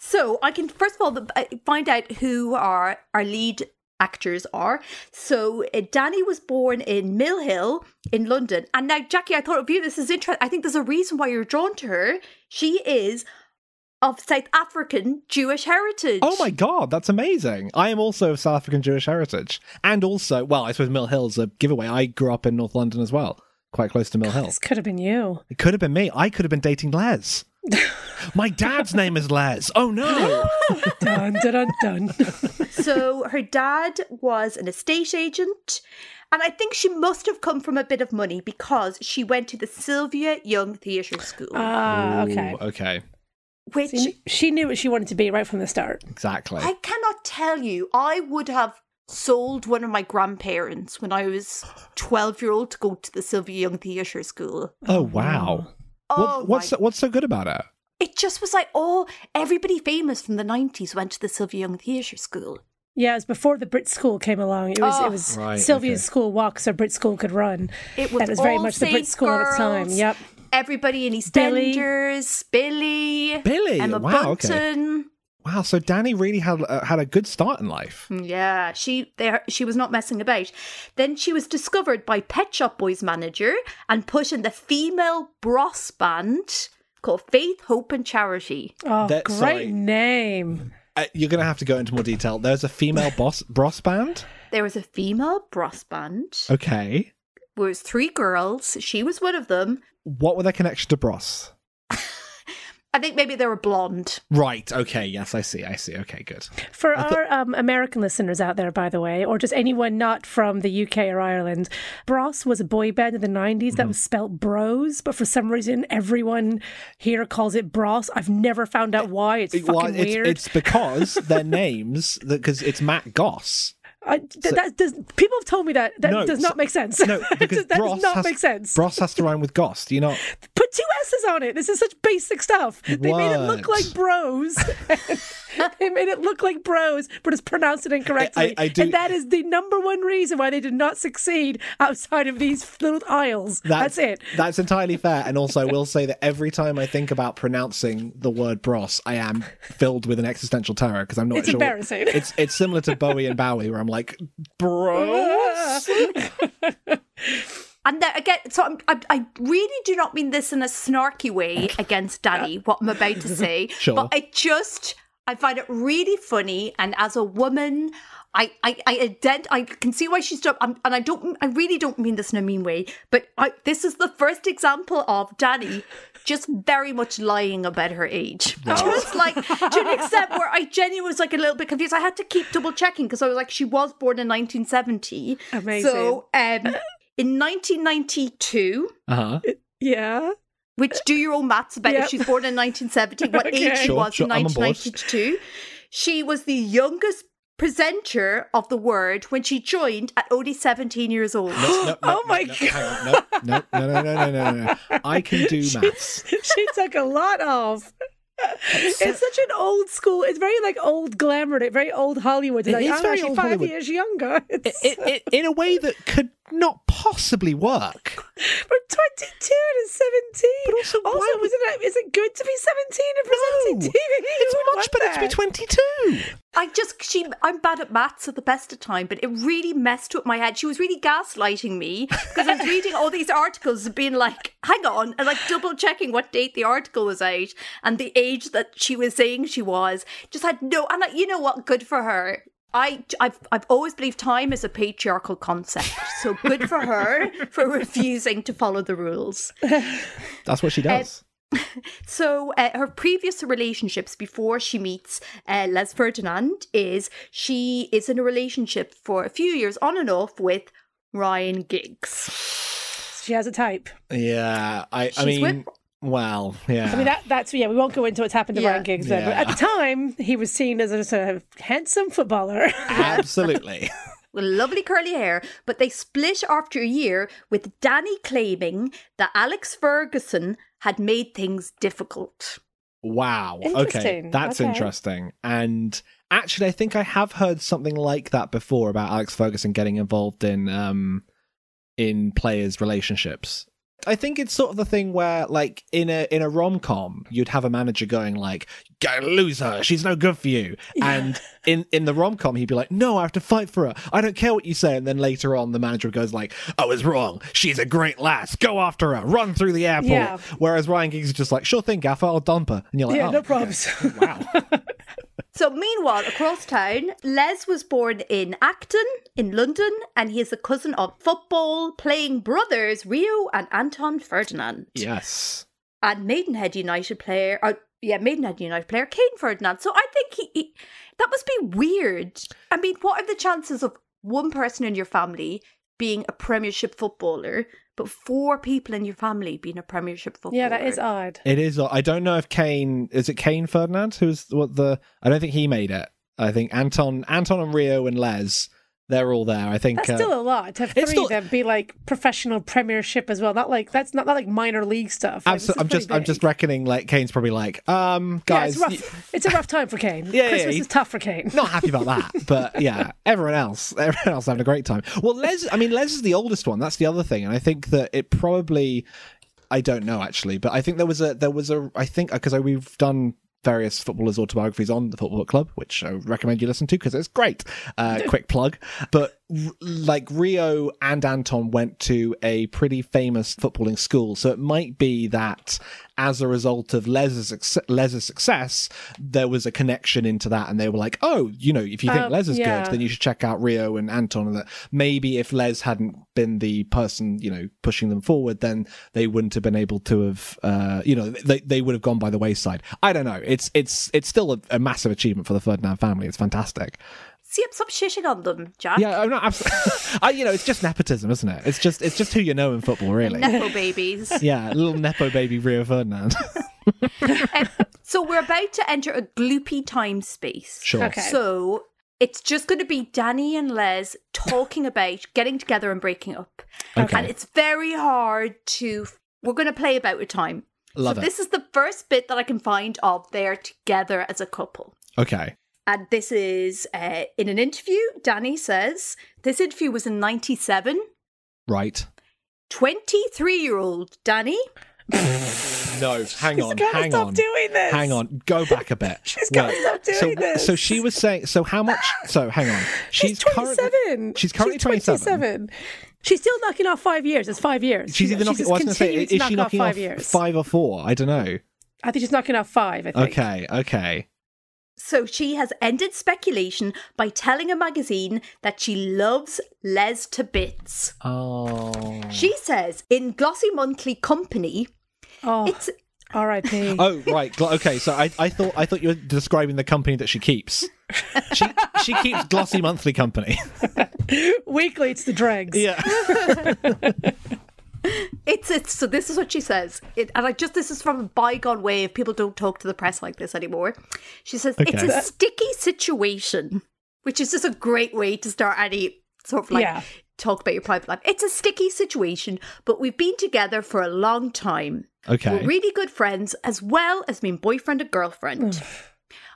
So I can first of all the- uh, find out who our our lead actors are. So uh, Danny was born in Mill Hill in London, and now Jackie, I thought of you. This is interesting. I think there's a reason why you're drawn to her. She is of South African Jewish heritage. Oh my god, that's amazing! I am also of South African Jewish heritage, and also, well, I suppose Mill Hill's a giveaway. I grew up in North London as well, quite close to Mill Hill. This could have been you. It could have been me. I could have been dating Les. my dad's name is Les. Oh no! Dun dun dun. dun. so her dad was an estate agent and i think she must have come from a bit of money because she went to the sylvia young theatre school Uh, Ah, okay. Ooh, okay, which See, She knew what she wanted to be right from the start. exactly. i cannot tell you i would have sold one of my grandparents when i was 12 year old to go to the sylvia young theatre school oh wow! oh what, what's my- so, what's so good about it? it just was like oh everybody famous from the 90s went to the sylvia young theatre school Yeah, it was before the Brit School came along. It was it was Right, Sylvia's okay. school walks or Brit School could run. It was and it was very all much the Brit safe School at its time. girls. Yep. everybody in Billy. eastenders billy Billy, emma wow, okay. bunton Wow, so Danny really had uh, had a good start in life. Yeah, she there she was not messing about. Then she was discovered by Pet Shop Boys manager and put in the female bros band called Faith, Hope and Charity. Oh, That- great sorry. name. Uh, you're gonna have to go into more detail. There's a female boss bros band. There was a female bros band. Uh, Okay, There was three girls. She was one of them. what were their connection to bros? I think maybe they were blonde. Right. Okay. Yes, I see. I see. Okay. Good. For our um, American listeners out there, by the way, or just anyone not from the UK or Ireland, Bros was a boy band in the 90s Mm-hmm. that was spelt Bros, but for some reason everyone here calls it Bros. I've never found out why. It's It- fucking well, it's, weird. it's because their names, because it's Matt Goss. I, th- that does, people have told me that. That No, does so- not make sense. No, that because does that Bros does not has, make sense. Bros has to rhyme with Goss. Do you not? Put two S's on it. This is such basic stuff. They made it look What? like bros. they made it look like bros, but it's pronounced it incorrectly. I- I do- And that is the number one reason why they did not succeed outside of these little aisles. That's, it. That's entirely fair. And also, I will say that every time I think about pronouncing the word Bros, I am filled with an existential terror because I'm not It's sure. what- embarrassing. It's it's similar to Bowie and Bowie, where I'm like, Bros. And there again, so I'm, I, I really do not mean this in a snarky way against Danny, what I'm about to say. Sure. But I just, I find it really funny. And as a woman, I, I, I, ident- I can see why she's done, I'm- and I don't, I really don't mean this in a mean way, but I, this is the first example of Danny just very much lying about her age. Just like, to an extent where I genuinely was like a little bit confused. I had to keep double checking because I was like, she was born in 1970. Amazing. So, um, in 1992, Uh huh. Yeah. which do your own maths about Yep. if she's born in 1970, what Okay. age she Sure, was sure, in I'm on board. 1992, she was the youngest presenter of the word when she joined at only 17 years old. Oh my no, hang on, No, no, no, no, no, no, no, no. I can do maths. she took a lot off. It's such an old school. It's very like old glamour. Very old Hollywood. It like, is I'm very actually old five Hollywood. years younger. It's, it, it, in a way that could not possibly work. From 22 to 17. But also, why would- isn't it, is it good to be 17 and presenting No. TV? You It's would much want better to be that. 22. I just, she, I'm bad at maths at the best of time, but it really messed up my head. She was really gaslighting me because I was reading all these articles and being like, hang on, and like double checking what date the article was out and the age that she was saying she was. Just had no, and like, you know what? Good for her. I, I've, I've always believed time is a patriarchal concept. So good for her for refusing to follow the rules. That's what she does. So uh, her previous relationships before she meets uh, Les Ferdinand is she is in a relationship for a few years on and off with Ryan Giggs. She has a type. yeah, I, She's I mean, with Well, yeah. I mean, that, that's yeah. We won't go into what's happened to Yeah. Ryan Giggs, then, but at the time, he was seen as a sort of handsome footballer. Absolutely. with lovely curly hair, but they split after a year with Danny claiming that Alex Ferguson had made things difficult. Wow. Okay. Interesting. That's Okay. interesting. And actually, I think I have heard something like that before about Alex Ferguson getting involved in um in players' relationships. I think it's sort of the thing where, like in a in a rom com, you'd have a manager going like, "Go lose her. She's no good for you." And in in the rom com, he'd be like, "No, I have to fight for her. I don't care what you say." And then later on, the manager goes like, "I was wrong. She's a great lass. Go after her. Run through the airport." Yeah. Whereas Ryan Giggs is just like, "Sure thing, Gaffer. I'll dump her." And you're like, yeah, "Oh, no problems. So, meanwhile, across town, Les was born in Acton in London, and he is the cousin of football playing brothers Rio and Anton Ferdinand. Yes. and Maidenhead United player, uh, yeah, Maidenhead United player Kane Ferdinand. So I think he, he- that must be weird. I mean, what are the chances of one person in your family being a Premiership footballer, but four people in your family being a Premiership footballer? yeah, that is odd. It is. uh, I don't know if Kane is it Kane Ferdinand who's what the I don't think he made it. I think Anton Anton and Rio and Les they're all there. I think That's uh, still a lot to have three it's still- that be like professional premiership as well. Not like that's not, not like minor league stuff. Like, this is abso- I'm pretty just I'm big. just reckoning like Kane's probably like um yeah, guys it's rough. It's a rough time for Kane. Yeah, yeah, Christmas he- is tough for Kane. not happy about that, but yeah, everyone else, everyone else having a great time. Well, Les, I mean, Les is the oldest one. That's the other thing, and I think that it probably, I don't know actually, but I think there was a there was a I think because we've done various footballers' autobiographies on the Football Book Club, which I recommend you listen to because it's great. Uh, quick plug, but r- like Rio and Anton went to a pretty famous footballing school, so it might be that as a result of Les's succe- Les's success, there was a connection into that, and they were like, "Oh, you know, if you think Um, Les is yeah. good, then you should check out Rio and Anton." And that maybe if Les hadn't been the person, you know, pushing them forward, then they wouldn't have been able to have, uh, you know, they they would have gone by the wayside. I don't know. It's it's it's still a, a massive achievement for the Ferdinand family. It's fantastic. See, I'm stop shitting on them, Jack. Yeah, uh, I'm not. Abs- I, you know, it's just nepotism, isn't it? It's just it's just who you know in football, really. Nepo babies. yeah, little nepo baby Rio Ferdinand. Um, so we're about to enter a gloopy time space. sure. Okay. So it's just going to be Danny and Les talking about getting together and breaking up. Okay. And it's very hard to. We're going to play about with time. Love so it. this is the first bit that I can find of they're together as a couple. Okay. And this is uh, in an interview. Danny says this interview was in 97. Right. 23 year old Danny. No, hang on, gotta hang stop on, doing this. hang on, go back a bit. She's gotta stop doing so, this. So she was saying, so how much? So hang on, she's, She's 27. currently she's currently 27. She's still knocking off five years. It's five years. She's either knocking. just well, I was going to say, continuing to is knock she knocking off five years? five or four? I don't know. I think she's knocking off five. I think. Okay, okay. So she has ended speculation by telling a magazine that she loves Les to bits. Oh. She says in Glossy Monthly Company, Oh, it's R.I.P. Oh right, Gl- okay. So I, I thought I thought you were describing the company that she keeps. She she keeps Glossy Monthly Company. Weekly, it's the dregs. Yeah. it's it's so this is what she says. It, and I just this is from a bygone way of people don't talk to the press like this anymore. She says it's Okay. a sticky situation, which is just a great way to start any sort of like Yeah. talk about your private life. It's a sticky situation, but we've been together for a long time. We're Okay. really good friends, as well as being boyfriend and girlfriend.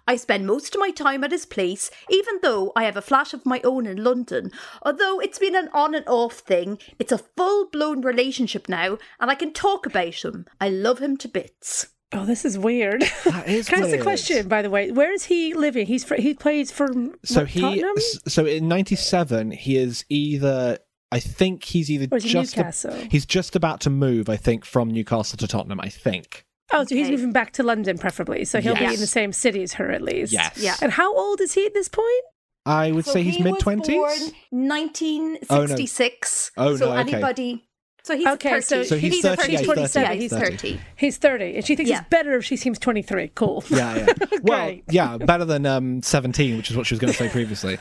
I spend most of my time at his place, even though I have a flat of my own in London. Although it's been an on and off thing, it's a full blown relationship now, and I can talk about him. I love him to bits. Oh, this is weird. That is Can I ask a weird. question, by the way? Where is he living? He's fr- he plays for So what, he Tottenham? s- so in 97 he is either I think he's either Or is he just a- Newcastle? he's just about to move I think from Newcastle to Tottenham I think. Oh, so he's Okay. moving back to London, preferably. So he'll be Yes. in the same city as her, at least. Yes. Yeah. And how old is he at this point? I would So say he's he was mid 20s. born 1966. Oh, no. So Oh, no, okay. anybody. So he's Okay, 30. so So he's he's 30, 30, he's 27, Yeah, he's 30. 30. He's 30, and she thinks Yeah. it's better if she seems 23. Cool. Yeah, yeah. Well, Great. yeah, better than um 17, which is what she was going to say previously.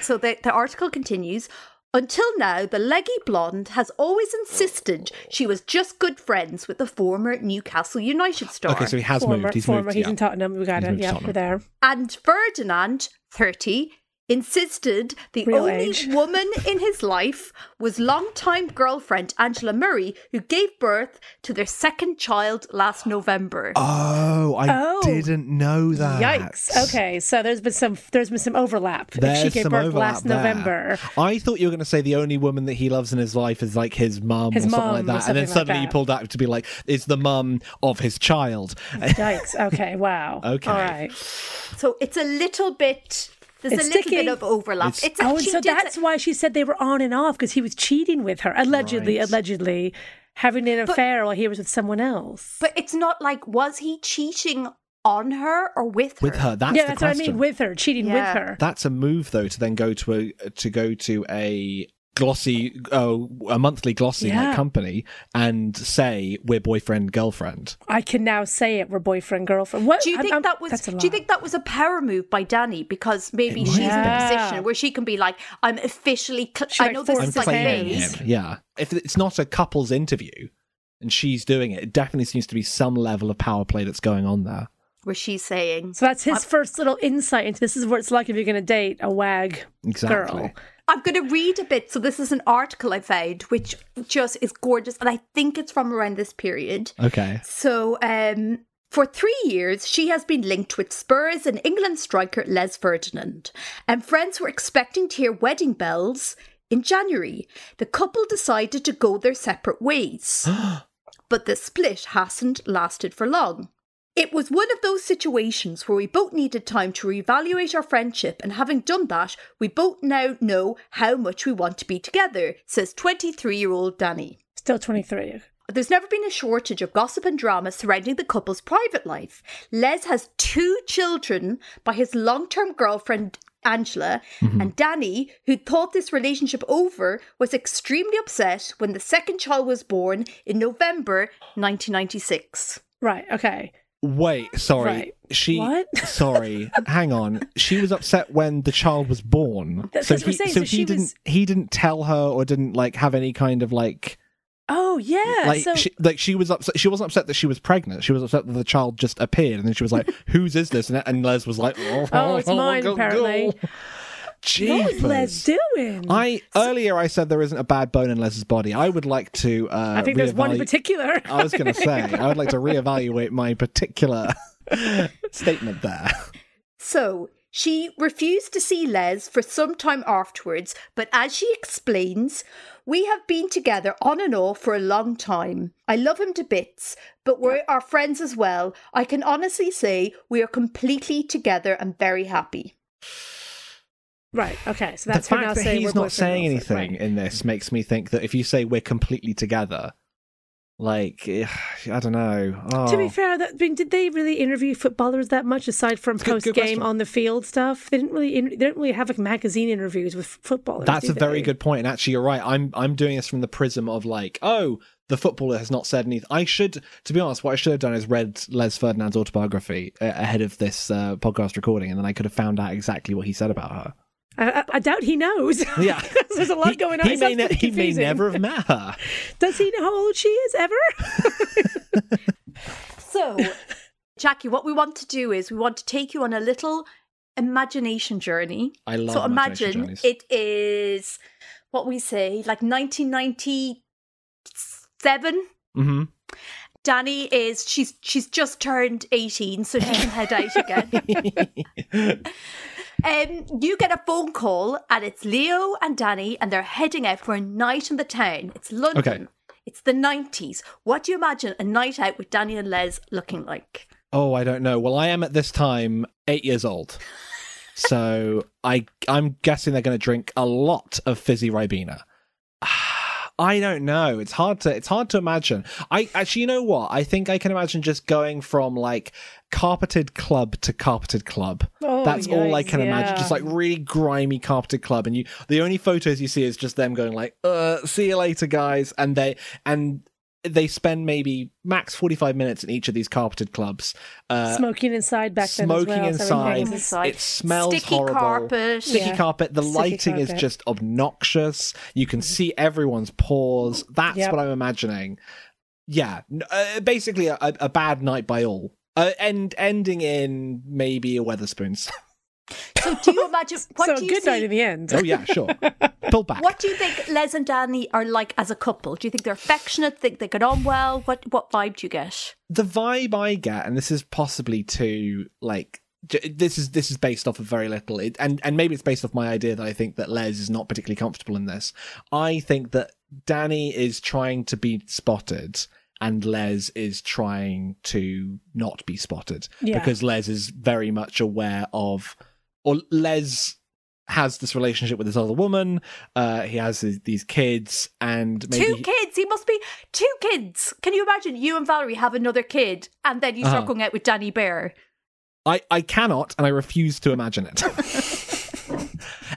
So the, the article continues. Until now, the leggy blonde has always insisted she was just good friends with the former Newcastle United star. Okay, so he has former, moved. He's former, moved. he's yeah. in Tottenham. We got He's it. moved to Yeah, we're Tottenham. there. And Ferdinand, 30, insisted the Real only age. woman in his life was longtime girlfriend Angela Murray, who gave birth to their second child last November. Oh, I Oh. didn't know that. Yikes. Okay, so there's been some there's been some overlap. If There's she gave some birth overlap last there. November. I thought you were going to say the only woman that he loves in his life is like his mum His or mum or something like that. and something then like suddenly you that. pulled out to be like, it's the mum of his child. Yikes. Okay. Wow. Okay. All right. So it's a little bit. There's It's a little sticky. bit of overlap. It's, It's- a- Oh, and she so did a- that's why she said they were on and off because he was cheating with her, allegedly, Right. allegedly having an affair while he was with someone else. But it's not like was he cheating on her or with her? With her, that's yeah, the that's question. what I mean. With her, cheating Yeah. with her. that's a move though to then go to a to go to a glossy uh, a monthly glossy Yeah. like company and say we're boyfriend girlfriend. I can now say it. We're boyfriend girlfriend. What Do you I'm- think I'm- that was? that's a Do you lot. think that was a power move by Danny because maybe It she's might in a have been. position where she can be like, "I'm officially." Cl- She, I like, know this forced I'm is like claiming phase. phase. him. Yeah. If it's not a couple's interview and she's doing it, it definitely seems to be some level of power play that's going on there. where she's saying, So that's his first little insight into this is what it's like if you're going to date a wag Exactly. girl. I'm going to read a bit. So this is an article I found, which just is gorgeous, and I think it's from around this period. Okay. So, um, for three years, she has been linked with Spurs and England striker Les Ferdinand, and friends were expecting to hear wedding bells in January. The couple decided to go their separate ways, but the split hasn't lasted for long. It was one of those situations where we both needed time to reevaluate our friendship, and having done that, we both now know how much we want to be together, says 23 year old Danny. Still 23. There's never been a shortage of gossip and drama surrounding the couple's private life. Les has two children by his long term girlfriend, Angela, and Danny, who thought this relationship over, was extremely upset when the second child was born in November 1996. Right. Okay. Wait, sorry. Right. She What? sorry, hang on. She was upset when the child was born. That's so what we're he saying, so so he she didn't was- he didn't tell her or didn't like have any kind of like Oh, yeah. like so she, like she was upset she wasn't upset that she was pregnant. She was upset that the child just appeared and then she was like, "Whose is this?" and, and Les was like, "Oh, Oh, it's mine, apparently." what was Jeepers. Les doing? I earlier I said there isn't a bad bone in Les's body. I would like to. Uh, I think there's one in reevalu- particular. I was going to say I would like to reevaluate my particular statement there. So she refused to see Les for some time afterwards, but as she explains, we have been together on and off for a long time. I love him to bits, but we're our friends as well. I can honestly say we are completely together and very happy. right. Okay. So The that's her now fact that saying he's we're not saying boyfriend, girlfriend. anything Right. in this makes me think that if you say we're completely together, like eh, I don't know. Oh. To be fair, that, I mean, did they really interview footballers that much aside from It's a good- post good game question. on the field stuff? They didn't really. In, they didn't really have like magazine interviews with footballers. Oh, That's do a very they? good point, and actually, you're right. I'm I'm doing this from the prism of like, oh, the footballer has not said anything. I should, to be honest, what I should have done is read Les Ferdinand's autobiography uh, ahead of this uh, podcast recording, and then I could have found out exactly what he said about her. I, I, I doubt he knows. Yeah, there's a lot He- going on. He, It may, sounds ne- pretty he may confusing. never have met her. Does he know how old she is ever? So, Jackie, what we want to do is we want to take you on a little imagination journey. I love So imagination imagine journeys. it is what we say, like 1997. hmm Danny is she's she's just turned eighteen, so she can head out again. um, you get a phone call, and it's Leo and Danny, and they're heading out for a night in the town. It's London. Okay. It's the nineties. What do you imagine a night out with Danny and Les looking like? Oh, I don't know. Well, I am at this time eight years old, so I I'm guessing they're going to drink a lot of fizzy ribena. I don't know. It's hard to it's hard to imagine. I actually, you know what? I think I can imagine just going from like carpeted club to carpeted club. Oh, That's all I yikes, can imagine. yeah. Just like really grimy carpeted club, and you the only photos you see is just them going like, "Uh, see you later, guys," and they and they spend maybe max 45 minutes in each of these carpeted clubs. Uh, smoking inside back then. smoking as well, so everything inside. was- inside. It smells Sticky horrible. carpet. Sticky Yeah. carpet. The Sticky lighting is carpet. just obnoxious. You can see everyone's pores. That's Yep. what I'm imagining. Yeah, n- uh, basically a, a bad night by all. Uh, end ending in maybe a Weatherspoons. So do you imagine what so a do good you night think- in the end. oh yeah, sure. Pull back. What do you think Les and Danny are like as a couple? Do you think they're affectionate? Think they get on well? What what vibe do you get? the vibe I get, and this is possibly too like j- this is this is based off of very little, it, and and maybe it's based off my idea that I think that Les is not particularly comfortable in this. I think that Danny is trying to be spotted. And Les is trying to not be spotted Yeah. because Les is very much aware of, or Les has this relationship with this other woman. Uh, he has th- these kids, and maybe Two kids. He must be two kids. Can you imagine? You and Valerie have another kid, and then you start Uh-huh. going out with Danny Bear. I, I cannot and I refuse to imagine it.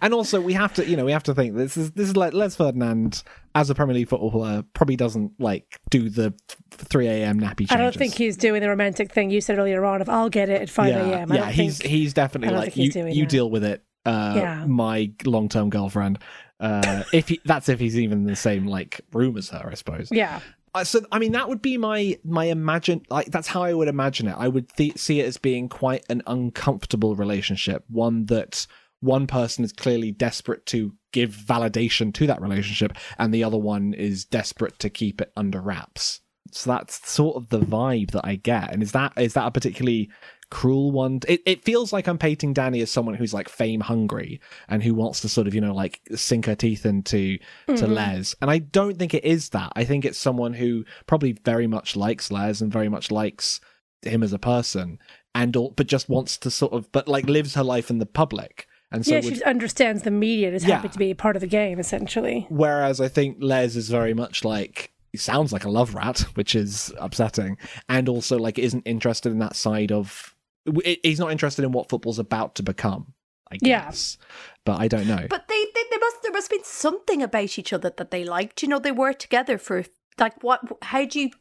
and also we have to you know we have to think this is this is like Les Ferdinand as a Premier League footballer probably doesn't like do the 3 a.m. nappy changes. I don't think he's doing the romantic thing you said earlier on of I'll get it at 5 yeah, a.m. I Yeah, don't he's think- he's definitely I don't like think he's you doing you that. deal with it uh Yeah. my long-term girlfriend. Uh if he, that's if he's even in the same like room as her I suppose. Yeah. Uh, so I mean, that would be my my imagine like that's how I would imagine it. I would th- see it as being quite an uncomfortable relationship, one that one person is clearly desperate to give validation to that relationship, and the other one is desperate to keep it under wraps. So that's sort of the vibe that I get. And is that is that a particularly cruel one? It it feels like I'm painting Danny as someone who's like fame hungry and who wants to sort of you know like sink her teeth into to Les. And I don't think it is that. I think it's someone who probably very much likes Les and very much likes him as a person, and all, but just wants to sort of but like lives her life in the public. And so yeah, would she understands the media and is Yeah. happy to be a part of the game, essentially. Whereas I think Les is very much like he sounds like a love rat, which is upsetting, and also like isn't interested in that side of. he- He's not interested in what football's about to become. I Yeah. guess, but I don't know. But they, they they must there must have been something about each other that they liked. You know, they were together for like what? How do you?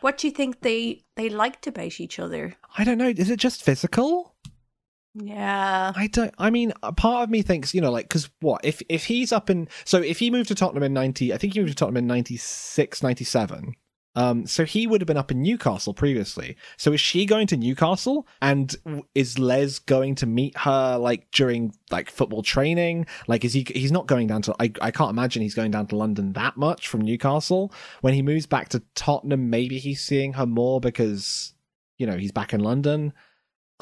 What do you think they they liked about each other? I don't know. Is it just physical? Yeah. I don't. I mean, a part of me thinks you know, like, because what if if he's up in? So if he moved to Tottenham in ninety, I think he moved to Tottenham in 96, 97. Um, so he would have been up in Newcastle previously. So is she going to Newcastle? And w- is Les going to meet her like during like football training? Like, is he? He's not going down to. I I can't imagine he's going down to London that much from Newcastle. When he moves back to Tottenham, maybe he's seeing her more because you know he's back in London.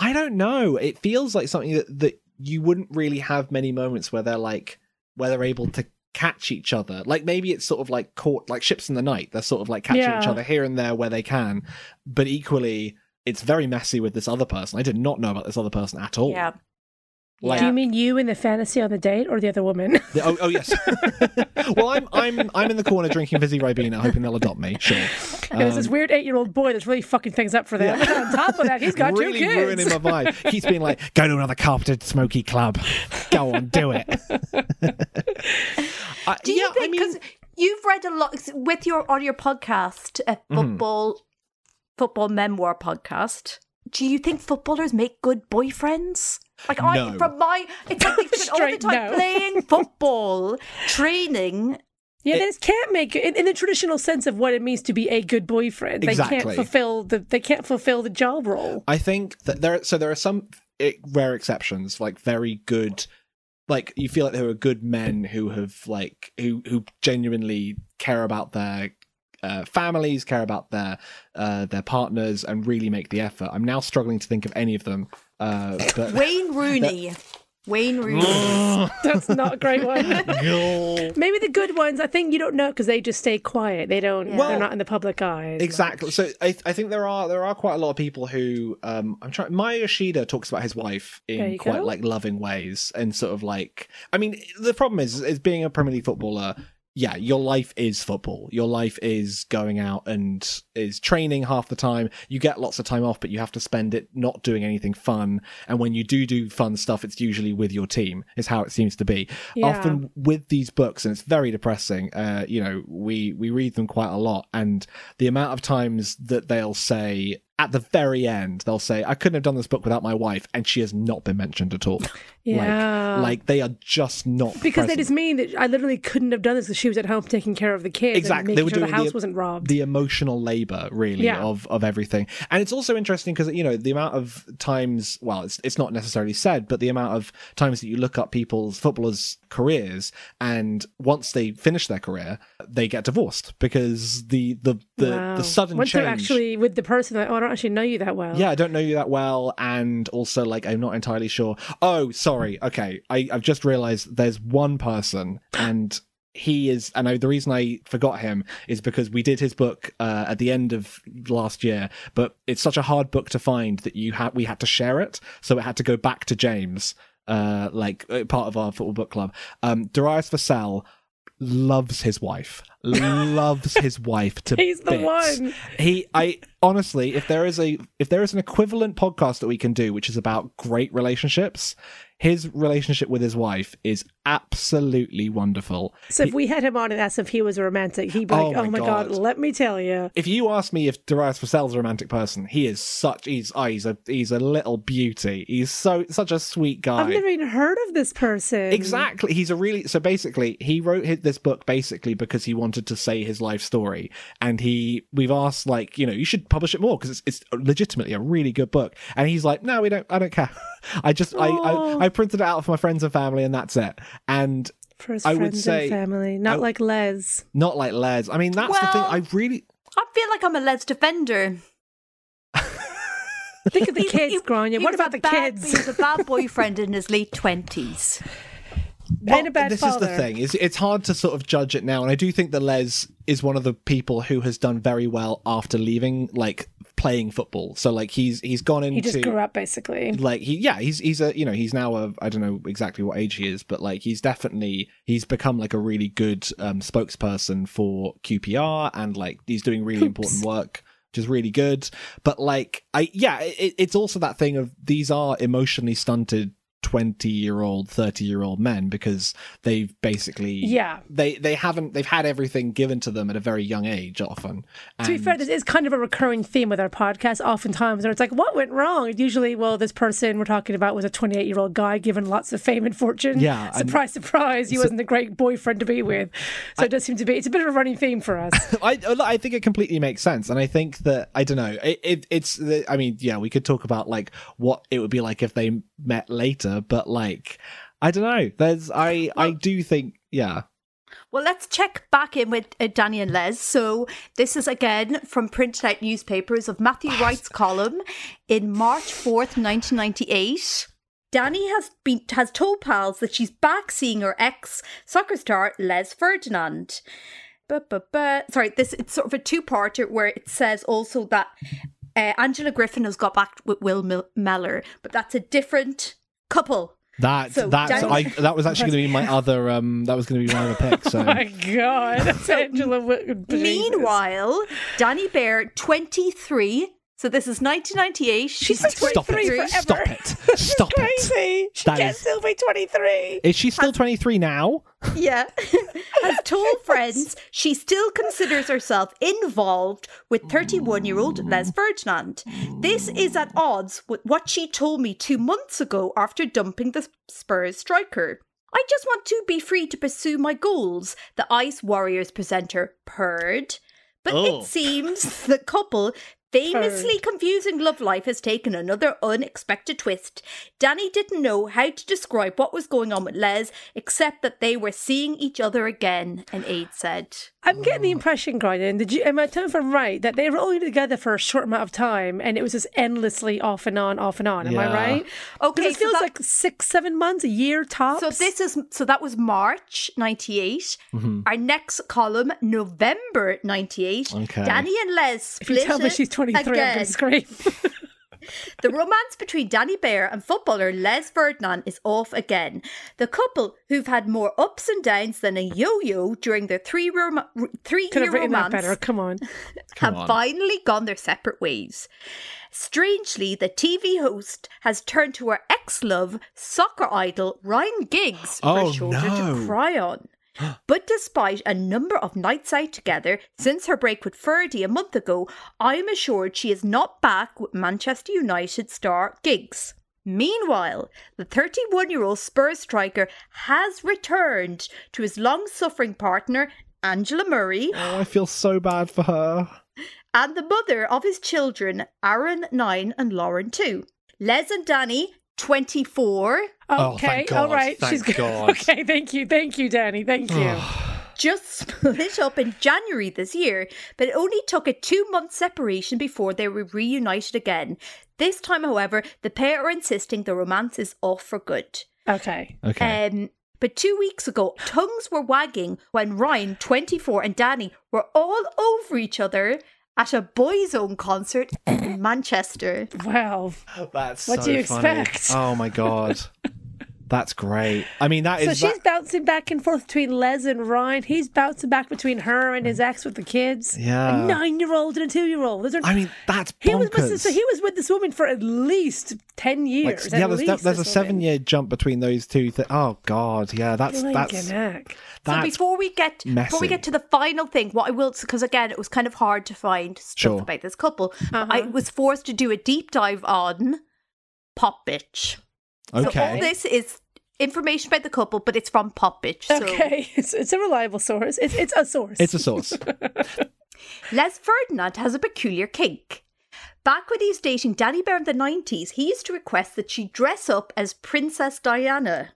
I don't know. It feels like something that that you wouldn't really have many moments where they're like where they're able to catch each other. Like maybe it's sort of like caught like ships in the night. They're sort of like catching each Yeah. other here and there where they can. But equally, it's very messy with this other person. I did not know about this other person at all. Yeah. Oh. Like Do you mean you in the fantasy on the date or the other woman? the- oh, oh yes. well, I'm I'm I'm in the corner drinking fizzy Ribena, hoping they'll adopt me. Sure. and there's this weird eight year old boy that's really fucking things up for them. Um, Yeah. And on top of that, he's got really two kids. ruining my vibe. Keeps being like, "Go to another carpeted smoky club. Go on, do it." I- Do you yeah, I think mean, because you've read a lot with your on your podcast, a Mm-hmm. football football memoir podcast? Do you think footballers make good boyfriends? Like I No. from my it's like they've been all the Straight time no. playing football, training. Yeah, they just can't make in, in the traditional sense of what it means to be a good boyfriend. They Exactly. can't fulfill the they can't fulfill the job role. I think that there. So there are some eh, rare exceptions, like very good. Like you feel like there are good men who have like who who genuinely care about their uh, families, care about their uh, their partners, and really make the effort. I'm now struggling to think of any of them. Uh, but Wayne Rooney. Wayne Rooney. Mm. That's not a great one. Maybe the good ones, I think you don't know because they just stay quiet. They don't. Well, they're not in the public eye. as Exactly. much. So I, I think there are there are quite a lot of people who um I'm trying. Maya Yoshida talks about his wife There in you quite go. like loving ways and sort of like I mean the problem is is being a Premier League footballer yeah, your life is football. Your life is going out and is training half the time. You get lots of time off, but you have to spend it not doing anything fun. And when you do do fun stuff, it's usually with your team, is how it seems to be. Yeah. Often with these books, and it's very depressing. Uh, you know, we we read them quite a lot, and the amount of times that they'll say at the very end, they'll say, "I couldn't have done this book without my wife," and she has not been mentioned at all. Yeah. Like, like they are just not Because they present. just mean that I literally couldn't have done this because she was at home taking care of the kids. exactly And they making were sure doing the house the, wasn't robbed. the emotional labor really Yeah. of of everything and it's also interesting because you know the amount of times well it's, it's not necessarily said but the amount of times that you look up people's footballers careers and once they finish their career they get divorced because the the the, Wow. the sudden Once change they're actually with the person, like, oh, I don't actually know you that well. yeah, I don't know you that well, and also like I'm not entirely sure. Oh, sorry. Okay, I, I've just realised there's one person, and he is. And I, the reason I forgot him is because we did his book uh, at the end of last year, but it's such a hard book to find that you had we had to share it, so it had to go back to James, uh, like uh, part of our football book club. Um, Darius Vassell loves his wife loves his wife to He's the bits. one. he i honestly if there is a if there is an equivalent podcast that we can do which is about great relationships his relationship with his wife is absolutely wonderful So if we had him on and asked if he was a romantic, he'd be like, Oh oh my my God, God. let me tell you. if you ask me if Darius Vassell's a romantic person, he is such he's oh, he's a he's a little beauty. He's so such a sweet guy. I've never even heard of this person. Exactly. He's a really so basically he wrote his, this book basically because he wanted to say his life story, and he we've asked like you know you should publish it more because it's it's legitimately a really good book, and he's like no we don't I don't care, I just I, I I printed it out for my friends and family and that's it, and For his I would friends say- and family, not I- like Les. not like Les. I mean that's the thing Well- I really I feel like I'm a Les defender. Think of the kids, He- Grania. he What was about a the bad- kids? He was a bad boyfriend in his late twenties. and a Well, bad this father. is the thing is it's hard to sort of judge it now and i do think that les is one of the people who has done very well after leaving like playing football so like he's he's gone into He just grew up, basically. like he yeah he's he's a you know he's now a i don't know exactly what age he is but like he's definitely he's become like a really good um spokesperson for qpr and like he's doing really important work which is really good but like i yeah it, it's also that thing of these are emotionally stunted 20 year old 30 year old men because they've basically Yeah. they they haven't they've had everything given to them at a very young age often To be fair, this is kind of a recurring theme with our podcast. Oftentimes, where it's like, what went wrong? It's Usually, well, this person we're talking about was a 28 year old guy given lots of fame and fortune. Yeah, and- Surprise, surprise. He wasn't a great boyfriend to be with. So it does seem to be, it's a bit of a running theme for us. I, I think it completely makes sense, and I think that I don't know. It, it it's the, I mean, yeah, we could talk about like what it would be like if they met later, but like I don't know. There's I I do think yeah. Well, let's check back in with uh, Danny and Les. So this is again from printed out newspapers of Matthew Wright's column in March fourth, nineteen ninety eight. Danny has been has told pals that she's back seeing her ex soccer star Les Ferdinand. But but but sorry, this it's sort of a two parter where it says also that uh, Angela Griffin has got back with Will Mil- Meller, but that's a different couple. That So, that's Dan- I that was actually going to be my other um that was going to be my other pick. So My God. Angela Wi- Jesus. Meanwhile, Danny Bear, 23. So this is 1998. She's stop it! Stop it! Stop it! Crazy. She That can is- still be 23. Is she still twenty three now? Yeah. Has told friends she still considers herself involved with 31 year old Les Ferdinand. This is at odds with what she told me two months ago after dumping the Spurs striker. I just want to be free to pursue my goals, the Ice Warriors presenter purred. But Oh. it seems the couple famously confusing love life has taken another unexpected twist. Danny didn't know how to describe what was going on with Les, except that they were seeing each other again, an aide said. I'm getting Mm. the impression, Grindin, did you am I telling if I'm right that they were only together for a short amount of time and it was just endlessly off and on, off and on. Am Yeah. I right? 'Cause Okay, it so feels that- like six, seven months, a year tops. So this is so that was March 98. Mm-hmm. Our next column, November 98. Okay. Danny and Les if you split. tell me she's 23, I'm again. going to scream. The romance between Danny Bear and footballer Les Ferdinand is off again. The couple, who've had more ups and downs than a yo-yo during their three rom- Could three-year have written that romance, better. Come on. have Come on. finally gone their separate ways. Strangely, the TV host has turned to her ex-love, soccer idol Ryan Giggs, for Oh, a shoulder no. to cry on. But despite a number of nights out together since her break with Ferdy a month ago, I am assured she is not back with Manchester United star Giggs. Meanwhile, the 31 year old Spurs striker has returned to his long suffering partner, Angela Murray, Oh, I feel so bad for her. and the mother of his children, Aaron 9 and Lauren 2. Les and Danny, 24, Oh, Okay. thank All God, right. thank She's good. God. Okay. Thank you. Thank you, Danny. Thank you. just split up in January this year, but it only took a two month separation before they were reunited again. This time, however, the pair are insisting the romance is off for good. okay. Okay. Um, but two weeks ago, tongues were wagging when Ryan, 24, and Danny were all over each other at a boys' own concert in Manchester. Well, That's what so do you funny. expect? Oh my god. That's great. I mean that is so she's that- bouncing back and forth between Les and Ryan. He's bouncing back between her and his ex with the kids. Yeah. A nine-year-old and a two-year-old. Those are. I mean that's he was with bonkers. this, so he was with this woman for at least ten Like, years. yeah, at there's, least there's a this woman. seven year jump between those two. Th- oh god, yeah, that's that's Blinking heck. So that's before we get before messy. we get to the final thing, what I will because again it was kind of hard to find stuff Sure. about this couple. but I was forced to do a deep dive on Pop Bitch. So all okay. this is information about the couple, but it's from Pop Bitch. So Okay, it's, it's a reliable source. It's, it's a source. it's a source. Les Ferdinand has a peculiar kink. Back when he was dating Danny Bear in the 90s, he used to request that she dress up as Princess Diana.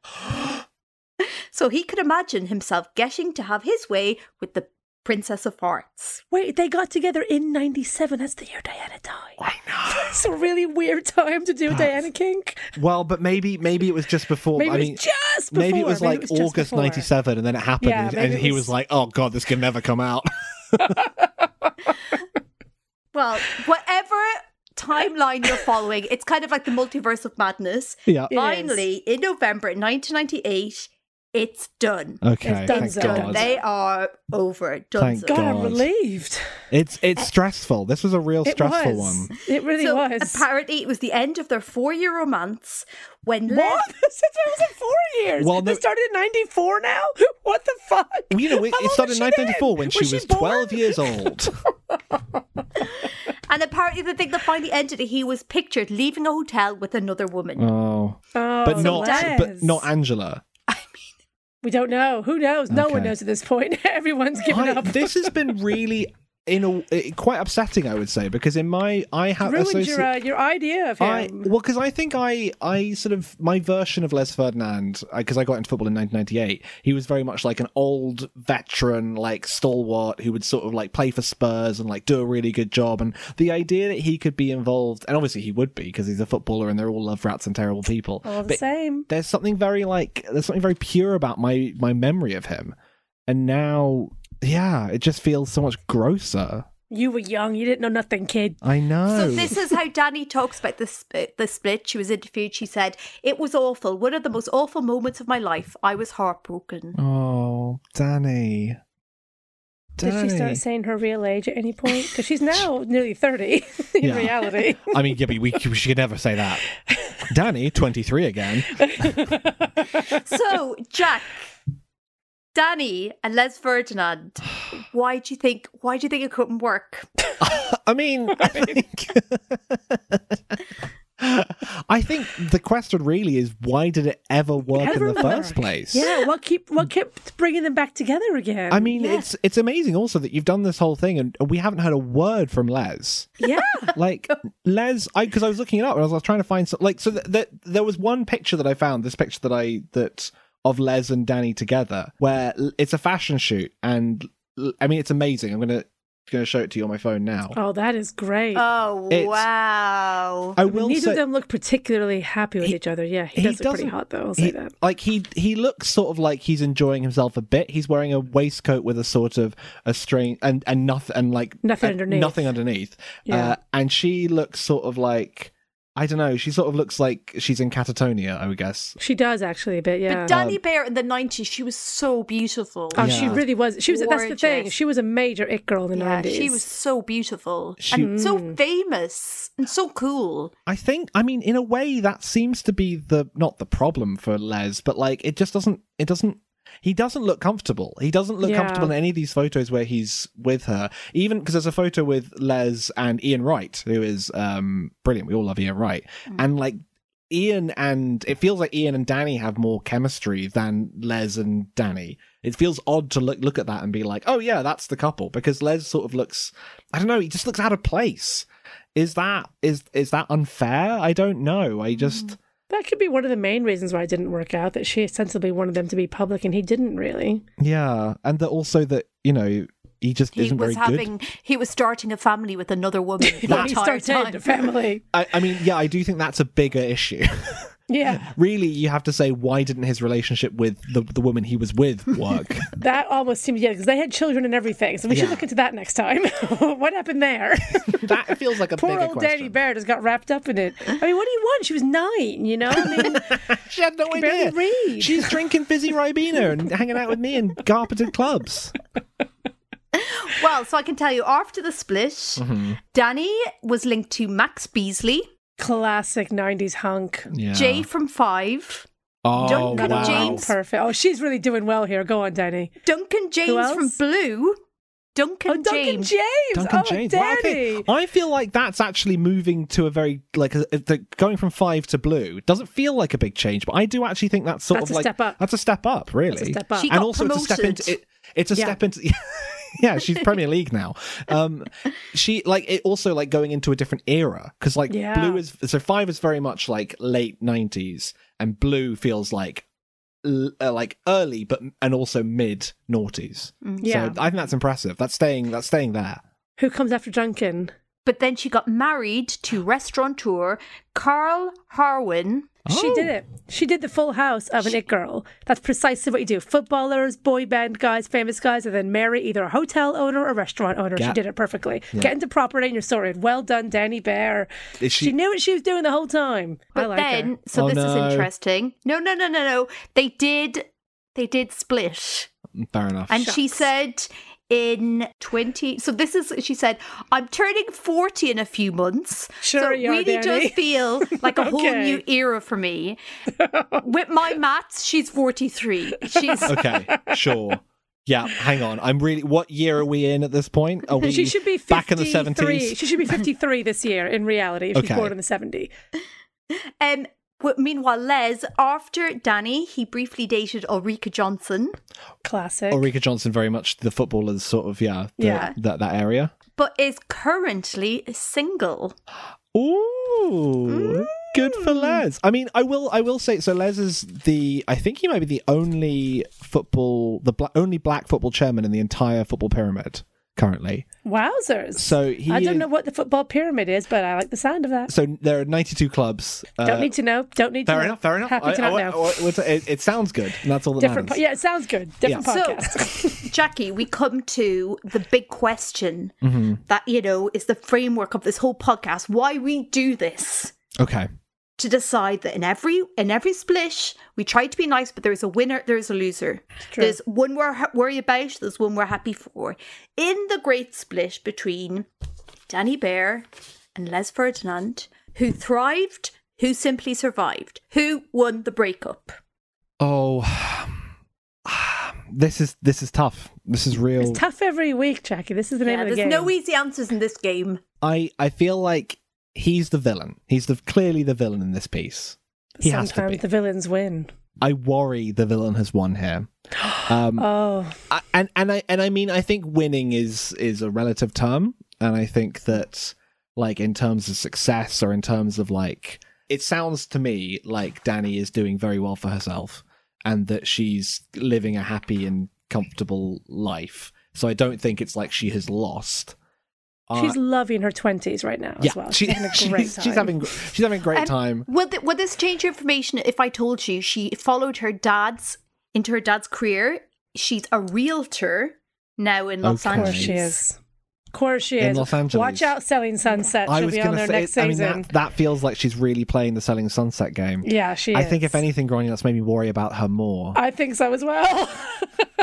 so he could imagine himself getting to have his way with the Princess of Hearts. Wait, they got together in '97. That's the year Diana died. I know. It's a really weird time to do a Diana kink. well, but maybe maybe it was just before. Maybe I it was mean, just before. maybe it was like just August before. '97, and then it happened, Yeah, and, maybe and it he was- was like, "Oh god, this can never come out." Well, whatever timeline you're following, it's kind of like the multiverse of madness. yeah. It is. Finally, in November 1998, it's done. Okay. done, Thank so God. They are over. Done. Thank God, I'm God. relieved. It's it's stressful. This was a real Eh. It stressful was. one. It really So was. apparently, it was the end of their four-year romance when Les- What? Since I was in four years. Well, Well, they no- started in '94. Now, what the fuck? Well, you know, it, How it old started was in she 1994 then? when she was, born? 12 years old. and apparently the thing that finally ended, he was pictured leaving a hotel with another woman. oh. But Oh, not but Les. not Angela. We don't know. Who knows? No one Okay. knows at this point. Everyone's given I- up. this has been really in a, eh, quite upsetting, I would say, because in my I have ruined associ- your uh, your idea of him. I well, because I think I I sort of my version of Les Ferdinand because I got into football in 1998. He was very much like an old veteran, like stalwart who would sort of like play for Spurs and like do a really good job. And the idea that he could be involved, and obviously he would be because he's a footballer and they're all love rats and terrible people. All the But same. there's something very like there's something very pure about my my memory of him, and now yeah, it just feels so much grosser. You were young. You didn't know nothing, kid. I Oh. know. So this is how Danny talks about the sp- the split. She was interviewed. She said it was awful. One of the most awful moments of my life. I was heartbroken. oh, Danny. Danny. Did she start saying her real age at any point? Because she's now nearly thirty in Yeah. reality. I mean, yeah, but we, she could never say that. Danny, 23 again. so Jack, Danny, and Les Ferdinand, why do you think? Why do you think it couldn't work? I mean, I think, I think the question really is why did it ever work Ever in the first work? place? yeah. What keep what kept bringing them back together again? I mean, it's it's amazing also that you've done this whole thing and we haven't heard a word from Les. yeah. Like Les, I because I was looking it up and I was, I was trying to find some, like so that th- there was one picture that I found. This picture that I that of Les and Danny together, where l- it's a fashion shoot and l- I mean it's amazing. I'm gonna gonna show it to you on my phone now. Oh, that is great. Oh It's- wow! uh, I I mean, will neither say of them look particularly happy with each other. Yeah, he, does look pretty doesn't- hot though. I'll say he- that. Like he he looks sort of like he's enjoying himself a bit. He's wearing a waistcoat with a sort of a string and and nothing and like Nothing uh, underneath. Nothing underneath. Yeah. Uh, and she looks sort of like I don't know. She sort of looks like she's in catatonia, I would guess. She does actually a bit, yeah. But Danny Bear in the 90s, she was so beautiful. oh, she Yeah. really was. She was. That's the thing. Gorgeous. She was a major it girl in the Yeah, nineties. she was so beautiful She- and Mm. so famous and so cool. I think, I mean, in a way, that seems to be the not the problem for Les, but like it just doesn't. It doesn't. He doesn't look comfortable. He doesn't look Yeah. comfortable in any of these photos where he's with her. Even because there's a photo with Les and Ian Wright, who is um brilliant. We all love Ian Wright, and like. Ian and it feels like Ian and Danny have more chemistry than Les and Danny. It feels odd to look look at that and be like, "Oh yeah, that's the couple," because Les sort of looks, I don't know, he just looks out of place is that is is that unfair i don't know Mm. i just That could be one of the main reasons why it didn't work out. That she ostensibly wanted them to be public, and he didn't really. yeah and that also that you know he just He isn't was very having, good he was starting a family with another woman. the When he entire started a time. family. I, I mean yeah i do think that's a bigger issue Yeah, really you have to say why didn't his relationship with the, the woman he was with work that almost seems yeah because they had children and everything. So we should Yeah. look into that next time. what happened there? that feels like a Poor bigger old question Danny Bear just got wrapped up in it. I mean, what do you want? She was nine, you know. I mean, she had no idea barely read. she's drinking fizzy ribena and hanging out with me in carpeted clubs Well, so I can tell you after the split, Mm-hmm. Danny was linked to Max Beasley, classic '90s hunk. yeah Jay from Five, oh don't cut wow James. Perfect. Oh, she's really doing well here. Go on, Danny. Duncan James from else? Blue, Duncan, oh, Duncan James. James. Duncan oh, James. Wow, Danny. okay. I feel like that's actually moving to a very like a, a- the, going from five to blue doesn't feel like a big change, but I do actually think that's sort That's of a like step up. that's a step up, really. That's a step up. She and got also it's a step promoted. into it, it's a Yeah. step into yeah, she's Premier League now. Um, she like it also like going into a different era because like Yeah. blue is so five is very much like late nineties, and blue feels like l- uh, like early but and also mid noughties. Yeah. So I think that's impressive. That's staying. That's staying there. Who comes after Duncan? But then she got married to restaurateur Carl Harwin. She did Oh. it. She did the full house of an it girl. That's precisely what you do. Footballers, boy band guys, famous guys, and then marry either a hotel owner or restaurant owner. Yeah. She did it perfectly. Get into property and you're sorted. Well done, Danny Bear. Is She, she- knew what she was doing the whole time. I But like then, her. so Oh, this is no. interesting. No, no, no, no, no. They did, they did split. mm, Fair enough. And she said in 20 so this is she said i'm turning 40 in a few months so Sure it you are, really Danny. does feel like a whole Okay. new era for me with my maths she's 43 she's okay, sure. Yeah, hang on. I'm really. What year are we in at this point? Are we She should be 53. back in the seventies? She should be 53 this year in reality if Okay. she's born in the 70s. um w- meanwhile les after danny he briefly dated ulrika johnson Classic. Ulrika Johnson, very much the footballers, sort of. Yeah, the, Yeah. That that area. but is currently single Mm. Ooh, good for Les. I mean, I will. I will say. So Les is the. I think he might be the only football, the bla- only black football chairman in the entire football pyramid currently. Wowzers. So he. I don't is- know what the football pyramid is, but I like the sound of that. So there are 92 clubs. Uh, Don't need to know. Don't need to fair know. enough. Fair enough. Happy to I- not I- know. I- I- it, it sounds good. And that's all that Different. Po- matters. yeah, it sounds good. Different Yeah. So- podcast. Jackie, we come to the big question Mm-hmm. that, you know, is the framework of this whole podcast. Why we do this Okay. to decide that in every in every split, we try to be nice, but there is a winner, there is a loser. true. There's one we're ha- worried about, there's one we're happy for. In the great split between Danny Bear and Les Ferdinand, who thrived, who simply survived, who won the breakup. Oh, this is this is tough. This is real. It's tough every week, Jackie. This is the name Yeah, of there's the game. no easy answers in this game. I I feel like he's the villain. He's the clearly the villain in this piece. He Sometimes has to be. the villains win. I worry the villain has won here. Um, Oh, I, and and I and I mean I think winning is is a relative term, and I think that like in terms of success or in terms of like it sounds to me like Danny is doing very well for herself and that she's living a happy and comfortable life. So I don't think it's like she has lost. Uh, she's loving her twenties right now yeah, as well. she- She's having a great she's, time. she's having gr- she's having a great Um, time. Would, th- would this change your information if I told you she followed her dad's into her dad's career? She's a realtor now in Los Okay. Of course Angeles. she is. course she In is. Los Angeles. Watch out, Selling Sunset. I She'll was be on going to there say, next I mean, season. that, that feels like she's really playing the Selling Sunset game. yeah, she. I is. think, if anything, Gronya, that's made me worry about her more. I think so as well.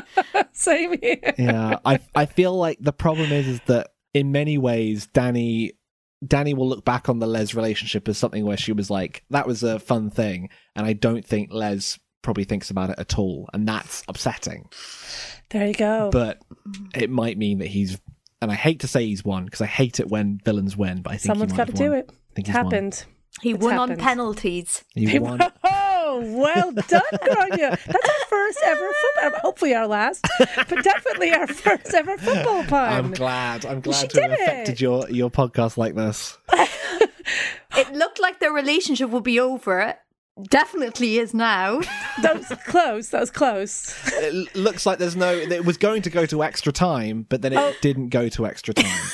Same here. yeah, I I feel like the problem is is that in many ways Danny Danny will look back on the Les relationship as something where she was like that was a fun thing, and I don't think Les probably thinks about it at all, and that's upsetting. There you go. But Mm-hmm. it might mean that he's and I hate to say he's won because I hate it when villains win, but I think Someone's he got might to have do won. it. I It's think he's won. happened. He It's won on happened. penalties. He won. Oh, well done, Grania. That's our first ever football. Hopefully our last, but definitely our first ever football pun. I'm glad. I'm she glad to have did it. affected your your podcast like this. It looked like their relationship would be over. Definitely is now. That was close. That was close. It l- looks like there's no. It was going to go to extra time, but then it Oh. didn't go to extra time.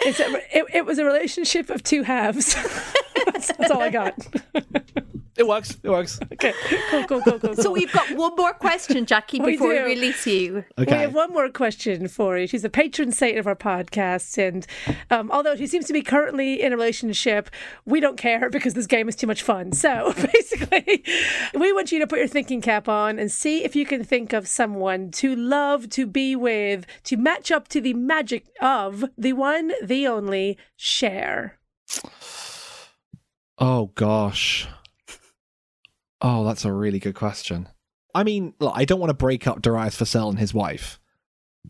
It's a, it, it was a relationship of two halves. that's, that's all I got. It works. It works. Okay, cool, cool, cool, cool. So cool. we've got one more question, Jackie, We before we, do. release you. Okay. We have one more question for you. She's a patron saint of our podcast, and um, although she seems to be currently in a relationship, we don't care because this game is too much fun. So basically, we want you to put your thinking cap on and see if you can think of someone to love, to be with, to match up to the magic of the one, the only share. Oh gosh. Oh, that's a really good question. I mean, look, I don't want to break up Darius Fassell and his wife.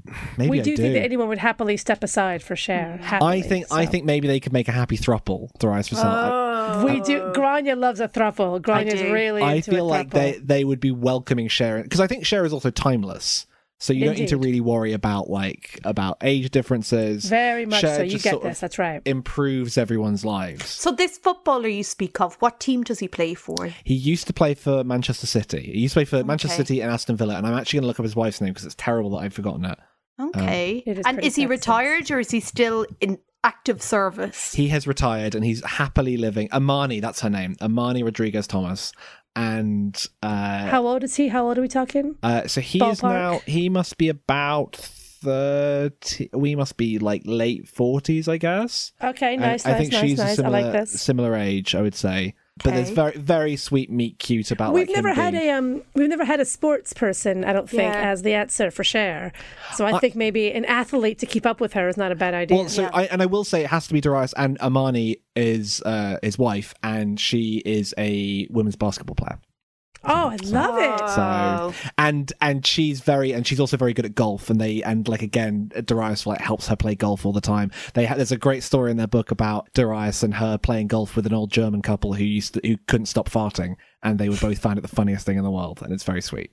Maybe we I do, do. think that anyone would happily step aside for share. Mm. I think I think maybe they could make a happy throuple, Darius Fassell. I- we do. Grania loves a thruffle. Grania's do. really. Oh, I into feel a like thruple. they, they would be welcoming Cher because I think Cher is also timeless, so you don't need to Indeed. really worry about like about age differences. Very much Cher so. You just get sort of this. That's right. Improves everyone's lives. So this footballer you speak of, what team does he play for? He used to play for Manchester City. He used to play for Manchester Okay. City and Aston Villa, and I'm actually going to look up his wife's name because it's terrible that I've forgotten it. Okay. It is and pretty is he sexy. retired or is he still in active service? He has retired and he's happily living. Amani, that's her name. Amani Rodriguez Thomas. And uh, How old is he? How old are we talking? uh so he is Ballpark? now he must be about 30 we must be like late 40s I guess. Okay, And nice, I nice, think nice, she's a nice. similar I like this. similar age, I would say. But there's Okay. very very sweet meet cute about We've like, never him had being- a um, we've never had a sports person. I don't think Yeah. as the answer for share. So I, I- think maybe an athlete to keep up with her is not a bad idea. Well, so I, and I will say it has to be Darius and Amani is uh, his wife, and she is a women's basketball player. oh, I love it. So and and she's very and she's also very good at golf, and they and like again Darius like helps her play golf all the time. They ha- there's a great story in their book about Darius and her playing golf with an old German couple who used to, who couldn't stop farting, and they would both find it the funniest thing in the world, and it's very sweet.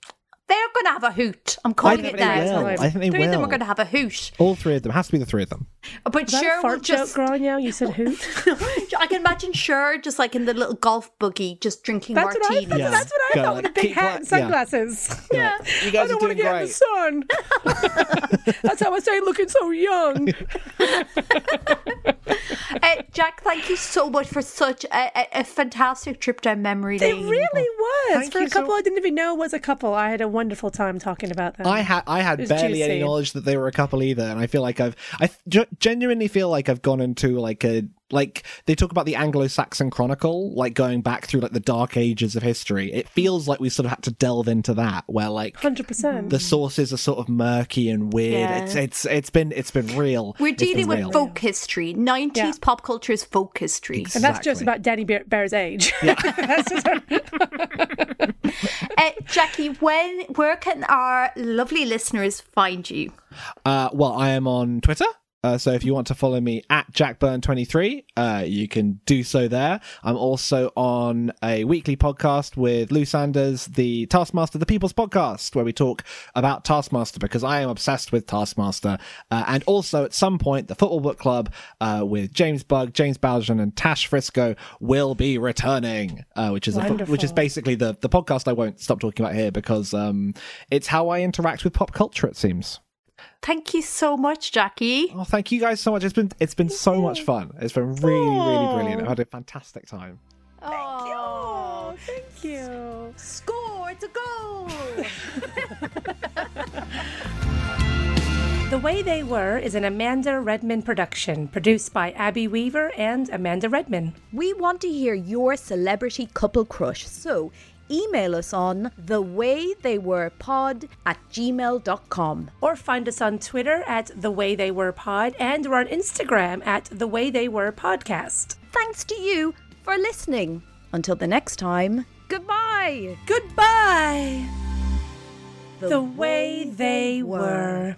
They're going to have a hoot. I'm calling I it think now. they will. I think they Three of them will. are going to have a hoot. All three of them has to be the three of them. But Is that Cher a will fart just. joke, Grania? You said hoot. I can imagine Cher just like in the little golf buggy, just drinking That's what I. martinis. That's, Yeah. that's what I Go thought like, with a big keep hat black- and yeah. sunglasses. Yeah, you I don't guys are want to doing get in great. the sun. that's how I say looking so young. Uh, Jack, thank you so much for such a, a, a fantastic trip down memory It lane. really was. Thank For a you so- couple I didn't even know was a couple. I had a wonderful time talking about them. I had I had It's barely juicy. any knowledge that they were a couple either, and I feel like I've I ge- genuinely feel like I've gone into like a like they talk about the Anglo-Saxon Chronicle, like going back through like the dark ages of history. It feels like we sort of had to delve into that, where like 100%. the sources are sort of murky and weird. It's it's it's been it's been real. We're It's been dealing with real. folk history. 90s Yeah. pop culture is folk history. and that's just Exactly. about Danny Bear- Bear's age. That's just- Uh, Jackie, when where can our lovely listeners find you? Uh, well, I am on Twitter. Uh, so if you want to follow me at jackburn23, uh, you can do so there. I'm also on a weekly podcast with Lou Sanders, the Taskmaster, the People's Podcast, where we talk about Taskmaster because I am obsessed with Taskmaster. Uh, and also at some point, the Football Book Club uh, with James Bug, James Baljan, and Tash Frisco will be returning, uh, which is a, fo- which is basically the the podcast I won't stop talking about here because um, it's how I interact with pop culture. It seems. Thank you so much, Jackie. Oh, thank you guys so much. It's been it's been so much fun. It's been really, really brilliant. I've had a fantastic time. Oh, Thank you. score! It's a goal. The Way They Were is an Amanda Redman production, produced by Abby Weaver and Amanda Redman. We want to hear your celebrity couple crush, so email us on the way they were pod at gmail.com. Or find us on Twitter at The Way They Were Pod, and we're on Instagram at The Way They Were Podcast. Thanks to you for listening. Until the next time, goodbye. Goodbye! The, way, they were.